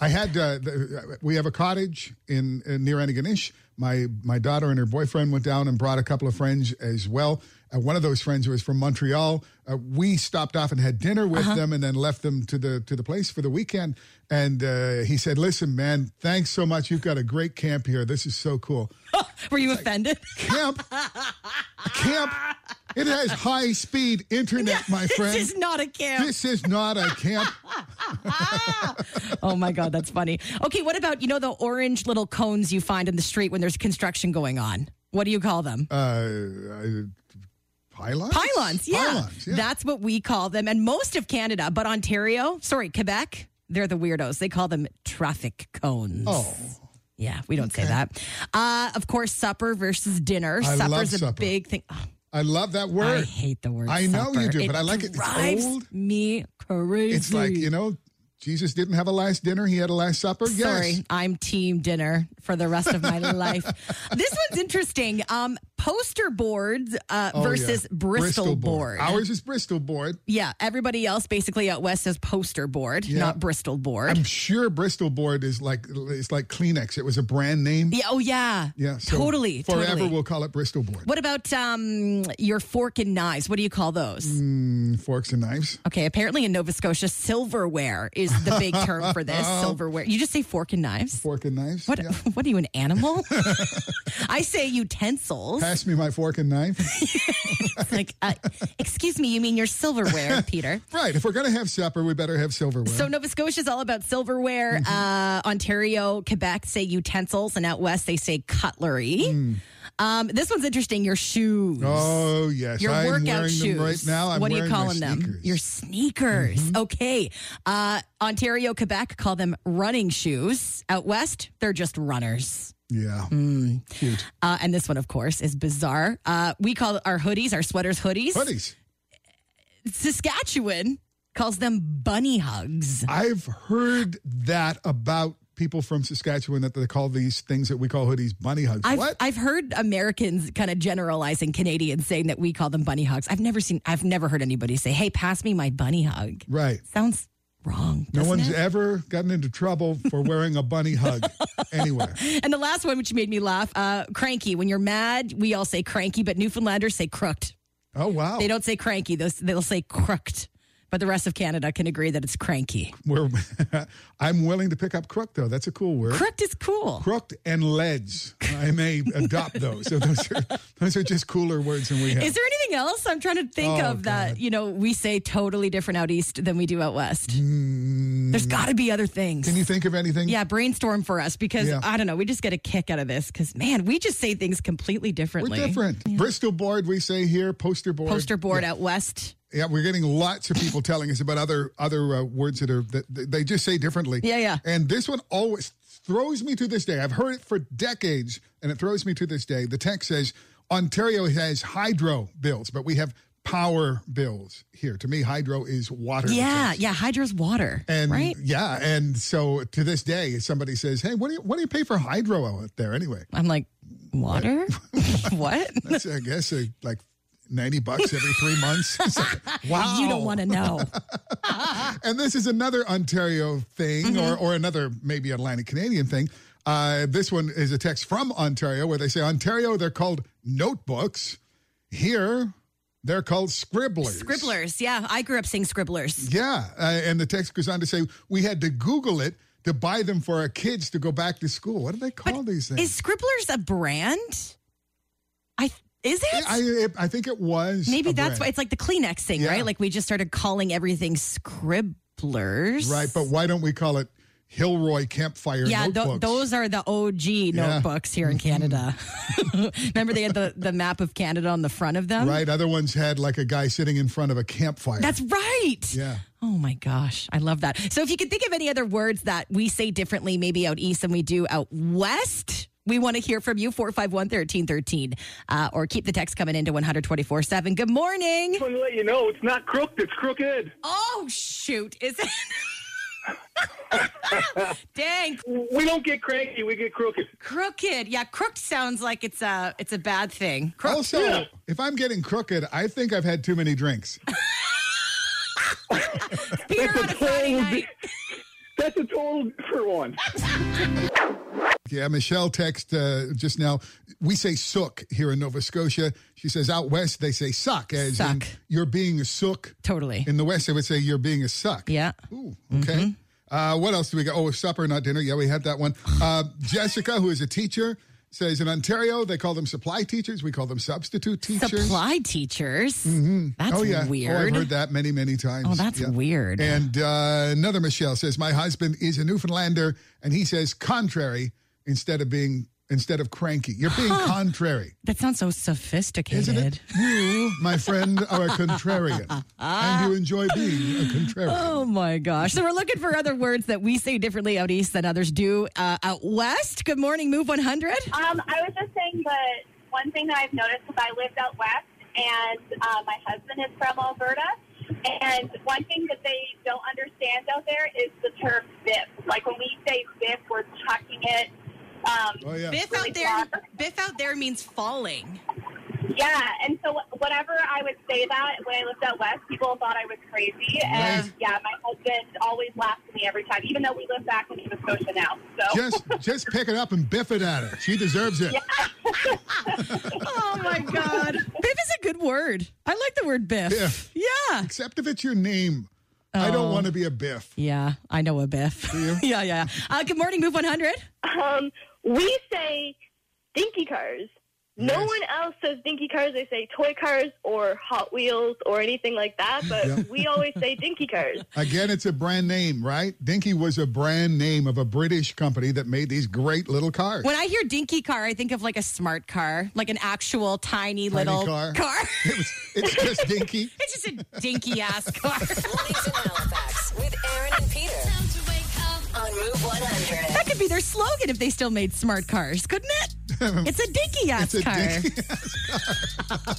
Speaker 4: I had uh, the, we have a cottage in, in near Antigonish. My my daughter and her boyfriend went down and brought a couple of friends as well. Uh, one of those friends was from Montreal. Uh, we stopped off and had dinner with
Speaker 3: Uh-huh.
Speaker 4: them, and then left them to the to the place for the weekend. And uh, he said, "Listen, man, thanks so much. You've got a great camp here. This is so cool.
Speaker 3: Were you offended? <laughs>
Speaker 4: Camp, A camp. It has high speed
Speaker 3: <laughs>
Speaker 4: internet, my friend.
Speaker 3: this is not a camp.
Speaker 4: <laughs> this is not a camp."
Speaker 3: oh my god, that's funny. Okay, what about you know the orange little cones you find in the street when there's construction going on? What do you call them?
Speaker 4: uh, pylons?
Speaker 3: Pylons, yeah.
Speaker 4: Pylons, yeah.
Speaker 3: That's what we call them. And most of Canada, but Ontario, sorry, Quebec, they're the weirdos. They call them traffic cones.
Speaker 4: oh,
Speaker 3: Yeah, we don't say that. Uh, of course, supper versus dinner.
Speaker 4: I love
Speaker 3: Supper's a
Speaker 4: supper.
Speaker 3: big thing. Oh,
Speaker 4: I love that
Speaker 3: I
Speaker 4: word.
Speaker 3: hate the word.
Speaker 4: I know you
Speaker 3: supper.
Speaker 4: do, but I like it. It's
Speaker 3: drives
Speaker 4: old.
Speaker 3: Me crazy.
Speaker 4: It's like, you know, Jesus didn't have a last dinner, he had a last supper. Yes.
Speaker 3: Sorry, I'm team dinner for the rest of
Speaker 4: <laughs>
Speaker 3: my life. This one's interesting. Um, poster boards uh,
Speaker 4: Oh, yeah.
Speaker 3: versus Bristol, board.
Speaker 4: Ours is Bristol board.
Speaker 3: yeah, everybody else basically out west says poster board,
Speaker 4: Yeah.
Speaker 3: not Bristol board.
Speaker 4: I'm sure Bristol board is like it's like Kleenex. It was a brand name.
Speaker 3: yeah, oh yeah,
Speaker 4: Yeah, so
Speaker 3: totally,
Speaker 4: Forever
Speaker 3: totally.
Speaker 4: we'll call it Bristol board.
Speaker 3: What about um, your fork and knives? What do you call those?
Speaker 4: Mm. Forks and knives.
Speaker 3: Okay, apparently in Nova Scotia, silverware is the big term for
Speaker 4: <laughs>
Speaker 3: this. Silverware. You just say fork and knives.
Speaker 4: Fork and knives.
Speaker 3: What?
Speaker 4: Yeah.
Speaker 3: <laughs> What are you, an
Speaker 4: <laughs>
Speaker 3: animal? I say utensils.
Speaker 4: Pass me my fork and knife.
Speaker 3: <laughs> It's like, uh, excuse me, you mean
Speaker 4: <laughs>
Speaker 3: your silverware, Peter?
Speaker 4: right. If we're gonna have supper, we better have silverware.
Speaker 3: So Nova Scotia is all about silverware.
Speaker 4: Mm-hmm.
Speaker 3: Uh, Ontario, Quebec say utensils, and out west they say cutlery. Um, this one's interesting. Your shoes.
Speaker 4: Mm. oh yes.
Speaker 3: Your
Speaker 4: I'm
Speaker 3: workout
Speaker 4: wearing
Speaker 3: shoes.
Speaker 4: them right now. I'm
Speaker 3: what do you
Speaker 4: wearing
Speaker 3: call
Speaker 4: my
Speaker 3: them?
Speaker 4: sneakers. Mm-hmm.
Speaker 3: Your sneakers. Okay. Uh, Ontario, Quebec call them running shoes. Out west, they're just runners.
Speaker 4: Yeah.
Speaker 3: Mm.
Speaker 4: Cute.
Speaker 3: Uh, and this one, of course, is bizarre. Uh, we call our hoodies, our sweaters, hoodies.
Speaker 4: Buddies.
Speaker 3: Saskatchewan calls them bunny hugs.
Speaker 4: I've heard that about people from Saskatchewan that they call these things that we call hoodies bunny hugs.
Speaker 3: I've,
Speaker 4: what?
Speaker 3: I've heard Americans kind of generalizing Canadians saying that we call them bunny hugs. I've never seen, I've never heard anybody say, hey, pass me my bunny hug.
Speaker 4: right.
Speaker 3: Sounds wrong.
Speaker 4: No
Speaker 3: doesn't
Speaker 4: one's
Speaker 3: it?
Speaker 4: ever gotten into trouble for wearing a bunny
Speaker 3: <laughs>
Speaker 4: hug anywhere.
Speaker 3: And the last one, which made me laugh, uh, cranky. When you're mad, we all say cranky, but Newfoundlanders say crooked.
Speaker 4: Oh wow.
Speaker 3: They don't say cranky, they'll, they'll say crooked. But the rest of Canada can agree that it's cranky.
Speaker 4: We're, <laughs> I'm willing to pick up crook though. That's a cool word.
Speaker 3: Crooked is cool.
Speaker 4: Crooked and leads. I may adopt those. So those are <laughs> those are just cooler words than we have.
Speaker 3: Is there anything else? I'm trying to think
Speaker 4: Oh,
Speaker 3: of that, you know, we say totally different out east than we do out west. There's got to be other things.
Speaker 4: Mm. Can you think of anything?
Speaker 3: yeah, brainstorm for us because
Speaker 4: Yeah.
Speaker 3: I don't know. We just get a kick out of this because, man, we just say things completely
Speaker 4: We're
Speaker 3: differently.
Speaker 4: different. Bristol board, we say here. Poster board.
Speaker 3: Poster board out west.
Speaker 4: Yeah, we're getting lots of people telling us about other other uh, words that are that that they just say differently.
Speaker 3: Yeah, yeah.
Speaker 4: And this one always throws me to this day. I've heard it for decades, and it throws me to this day. The text says Ontario has hydro bills, but we have power bills here. To me, hydro is water.
Speaker 3: Yeah,
Speaker 4: It's-
Speaker 3: yeah. Hydra's water.
Speaker 4: And
Speaker 3: right?
Speaker 4: yeah, and so to this day, if somebody says, "Hey, what do you what do you pay for hydro out there anyway?"
Speaker 3: I'm like,
Speaker 4: <laughs>
Speaker 3: water? what?
Speaker 4: That's I guess uh, like ninety bucks every three months. <laughs> It's like, wow,
Speaker 3: <laughs> You don't want to know.
Speaker 4: And this is another Ontario thing,
Speaker 3: Mm-hmm.
Speaker 4: or, or another maybe Atlantic Canadian thing. Uh, this one is a text from Ontario where they say Ontario, they're called notebooks. Here, they're called scribblers.
Speaker 3: <laughs> scribblers. Yeah, I grew up saying scribblers.
Speaker 4: Yeah. Uh, and the text goes on to say we had to Google it to buy them for our kids to go back to school. What do they call these things?
Speaker 3: Is scribblers a brand? I is it?
Speaker 4: I, I, I think it was.
Speaker 3: Maybe
Speaker 4: a
Speaker 3: that's why
Speaker 4: brand.
Speaker 3: it's like the Kleenex thing,
Speaker 4: Yeah.
Speaker 3: right? Like we just started calling everything scribblers.
Speaker 4: Right. But why don't we call it Hilroy Campfire
Speaker 3: yeah,
Speaker 4: Notebooks?
Speaker 3: tho- those are the OG notebooks here in
Speaker 4: <laughs>
Speaker 3: Canada. <laughs> Remember, they had the, the map of Canada on the front of them?
Speaker 4: Right. Other ones had like a guy sitting in front of a campfire.
Speaker 3: um, That's right.
Speaker 4: Yeah.
Speaker 3: Oh my gosh. I love that. So, if you could think of any other words that we say differently, maybe out east than we do out west, we want to hear from you 451 1313 uh, or keep the text coming into 124 7. Good morning.
Speaker 5: I'm gonna let you know it's not crooked. It's crooked.
Speaker 3: Oh, shoot. Is it? <laughs> Dang,
Speaker 5: We don't get cranky. We get crooked.
Speaker 3: crooked. Yeah, crooked sounds like it's a it's a bad thing. Crook.
Speaker 4: Also, if I'm getting crooked, I think I've had too many drinks. <laughs>
Speaker 3: Peter on a Friday night.
Speaker 5: <laughs> That's a total different one.
Speaker 4: Yeah, Michelle text uh, just now. We say sook here in Nova Scotia. She says out west they say suck, as in
Speaker 3: Suck.
Speaker 4: you're being a sook.
Speaker 3: Totally.
Speaker 4: In the west, they would say you're being a suck.
Speaker 3: Yeah. Mm-hmm.
Speaker 4: Ooh, okay. Uh, what else do we got? Oh, supper, not dinner. Yeah, we had that one. Uh, Jessica, who is a teacher, says in Ontario they call them supply teachers. We call them substitute teachers.
Speaker 3: Supply teachers. That's
Speaker 4: oh yeah,
Speaker 3: weird.
Speaker 4: Oh, I've heard that many, many times.
Speaker 3: Oh, that's
Speaker 4: Yeah.
Speaker 3: weird.
Speaker 4: And uh, another Michelle says, "My husband is a Newfoundlander, and he says contrary instead of being instead of cranky. You're being contrary,
Speaker 3: that sounds so sophisticated.
Speaker 4: isn't it? You, my friend, are a contrarian, and you enjoy being a contrarian.
Speaker 3: Oh my gosh. So we're looking for other words that we say differently out east than others do uh, out west. Good morning, Move 100.
Speaker 10: Um, I was just saying that one thing that I've noticed because I lived out west and uh, my husband is from Alberta, And one thing that they don't understand out there is the term biff. Like when we say biff, we're chucking it. Um,
Speaker 4: Oh, yeah.
Speaker 3: Biff
Speaker 10: really
Speaker 3: out there,
Speaker 10: far.
Speaker 3: Biff out there means falling.
Speaker 10: Yeah, and so whenever I would say that when I lived out west, people thought I was crazy, and yeah, my husband always laughed at me every time, even though we live back in Nova Scotia now. So
Speaker 4: Just just pick it up and biff it at her. She deserves it.
Speaker 3: Oh my God. Biff is a good word. I like the word Biff.
Speaker 4: Biff.
Speaker 3: Yeah.
Speaker 4: Except if it's your name. I
Speaker 3: Oh.
Speaker 4: don't want to be a biff.
Speaker 3: Yeah, I know a Biff.
Speaker 4: you?
Speaker 3: <laughs> yeah, yeah. Uh, good morning, Move 100.
Speaker 11: Um, we say dinky cars. No
Speaker 4: Yes.
Speaker 11: one else says dinky cars. They say toy cars or Hot Wheels or anything like that. But
Speaker 4: Yeah.
Speaker 11: we always say dinky cars.
Speaker 4: Again, it's a brand name, right? Dinky was a brand name of a British company that made these great little cars.
Speaker 3: When I hear dinky car, I think of like a smart car, like an actual tiny, little
Speaker 4: car. It was, it's just Dinky.
Speaker 3: <laughs> it's just a dinky ass car. <laughs>
Speaker 2: Mornings in Halifax with Aaron and Peter. On Move 100.
Speaker 3: That could be their slogan if they still made smart cars, couldn't
Speaker 4: <laughs>
Speaker 3: it? It's a dinky ass
Speaker 4: It's a
Speaker 3: car.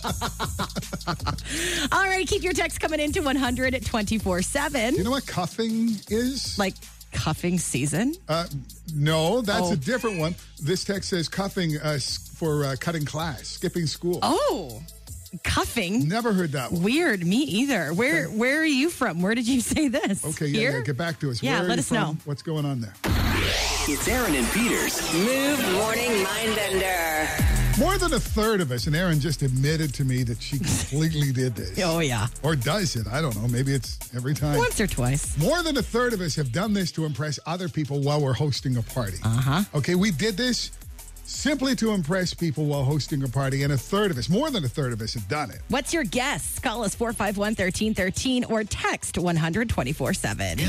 Speaker 4: dinky-
Speaker 3: <laughs> All right, keep your text coming into 100 at 24 7.
Speaker 4: You know what cuffing is?
Speaker 3: Like cuffing season.
Speaker 4: Uh, no, that's
Speaker 3: Oh.
Speaker 4: a different one. This text says cuffing uh, s- for uh, cutting class, skipping school.
Speaker 3: Oh, cuffing.
Speaker 4: Never heard that one.
Speaker 3: Weird, me either. Where where are you from? Where did you <laughs> say this?
Speaker 4: Okay, yeah,
Speaker 3: Here?
Speaker 4: yeah, get back to us.
Speaker 3: Yeah,
Speaker 4: Where are
Speaker 3: let
Speaker 4: you
Speaker 3: us
Speaker 4: from?
Speaker 3: know.
Speaker 4: What's going on there?
Speaker 1: It's Aaron and Peter's
Speaker 2: Move Morning Mindbender.
Speaker 4: More than a third of us, and Erin just admitted to me that she completely did this.
Speaker 3: Oh, <laughs> yeah.
Speaker 4: Or does it? I don't know. Maybe it's every time.
Speaker 3: Once or twice.
Speaker 4: More than a third of us have done this to impress other people while we're hosting a party. Uh
Speaker 3: Uh-huh.
Speaker 4: huh. Okay, we did this simply to impress people while hosting a party, and a third of us, more than a third of us, have done it.
Speaker 3: What's your guess? Call us 451 1313 or text 124 7.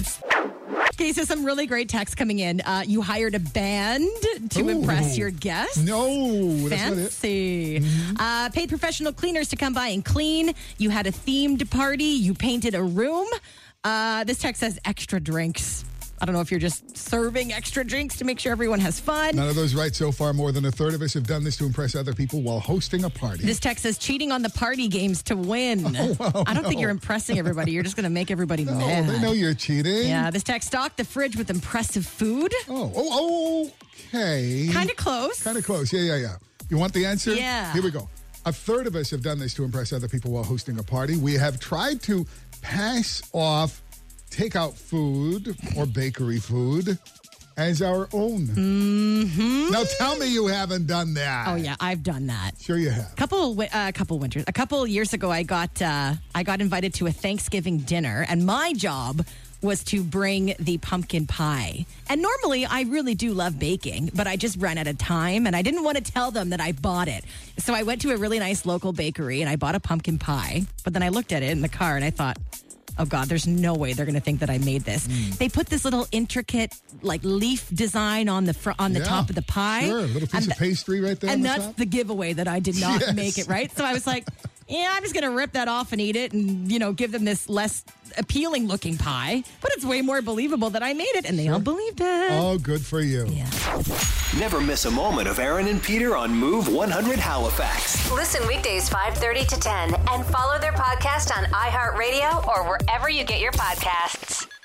Speaker 3: Okay, so some really great texts coming in. Uh, you hired a band to
Speaker 4: Ooh.
Speaker 3: impress your guests.
Speaker 4: No, that's not it.
Speaker 3: Fancy.
Speaker 4: Mm-hmm.
Speaker 3: Uh, paid professional cleaners to come by and clean. You had a themed party. You painted a room. Uh, this text says extra drinks. I don't know if you're just serving extra drinks to make sure everyone has fun.
Speaker 4: None of those right so far. More than a third of us have done this to impress other people while hosting a party.
Speaker 3: This text says cheating on the party games to win. I don't think you're impressing everybody. You're just going to make everybody
Speaker 4: oh,
Speaker 3: mad.
Speaker 4: they know you're cheating.
Speaker 3: Yeah, this text stocked the fridge with impressive food.
Speaker 4: Oh, oh, okay.
Speaker 3: Kind of close.
Speaker 4: Kind of close. Yeah, yeah, yeah. You want the answer?
Speaker 3: Yeah.
Speaker 4: Here we go. A third of us have done this to impress other people while hosting a party. We have tried to pass off takeout food or bakery food as our own. Mm-hmm. Now tell me you haven't done that.
Speaker 3: Oh yeah, I've done that.
Speaker 4: Sure you have.
Speaker 3: Couple, wi- uh, couple winters, a couple years ago, I got uh, I got invited to a Thanksgiving dinner, and my job was to bring the pumpkin pie. And normally, I really do love baking, but I just ran out of time, and I didn't want to tell them that I bought it. So I went to a really nice local bakery, and I bought a pumpkin pie. But then I looked at it in the car, and I thought, Oh God, there's no way they're going to think that I made this.
Speaker 4: Hmm.
Speaker 3: They put this little intricate like leaf design on the fr- on the
Speaker 4: Yeah,
Speaker 3: top of the pie.
Speaker 4: sure, a little piece of pastry right there
Speaker 3: And
Speaker 4: on the
Speaker 3: that's
Speaker 4: top.
Speaker 3: the giveaway that I did
Speaker 4: <laughs>
Speaker 3: not
Speaker 4: Yes.
Speaker 3: make it right. So I was like, yeah, I'm just going to rip that off and eat it, and you know, give them this less appealing looking pie. But it's way more believable that I made it, and they all believed it.
Speaker 4: Oh, good for you.
Speaker 1: Never miss a moment of Aaron and Peter on Move 100 Halifax.
Speaker 2: Listen weekdays 5:30 to 10 and follow their podcast on iHeartRadio or wherever you get your podcasts.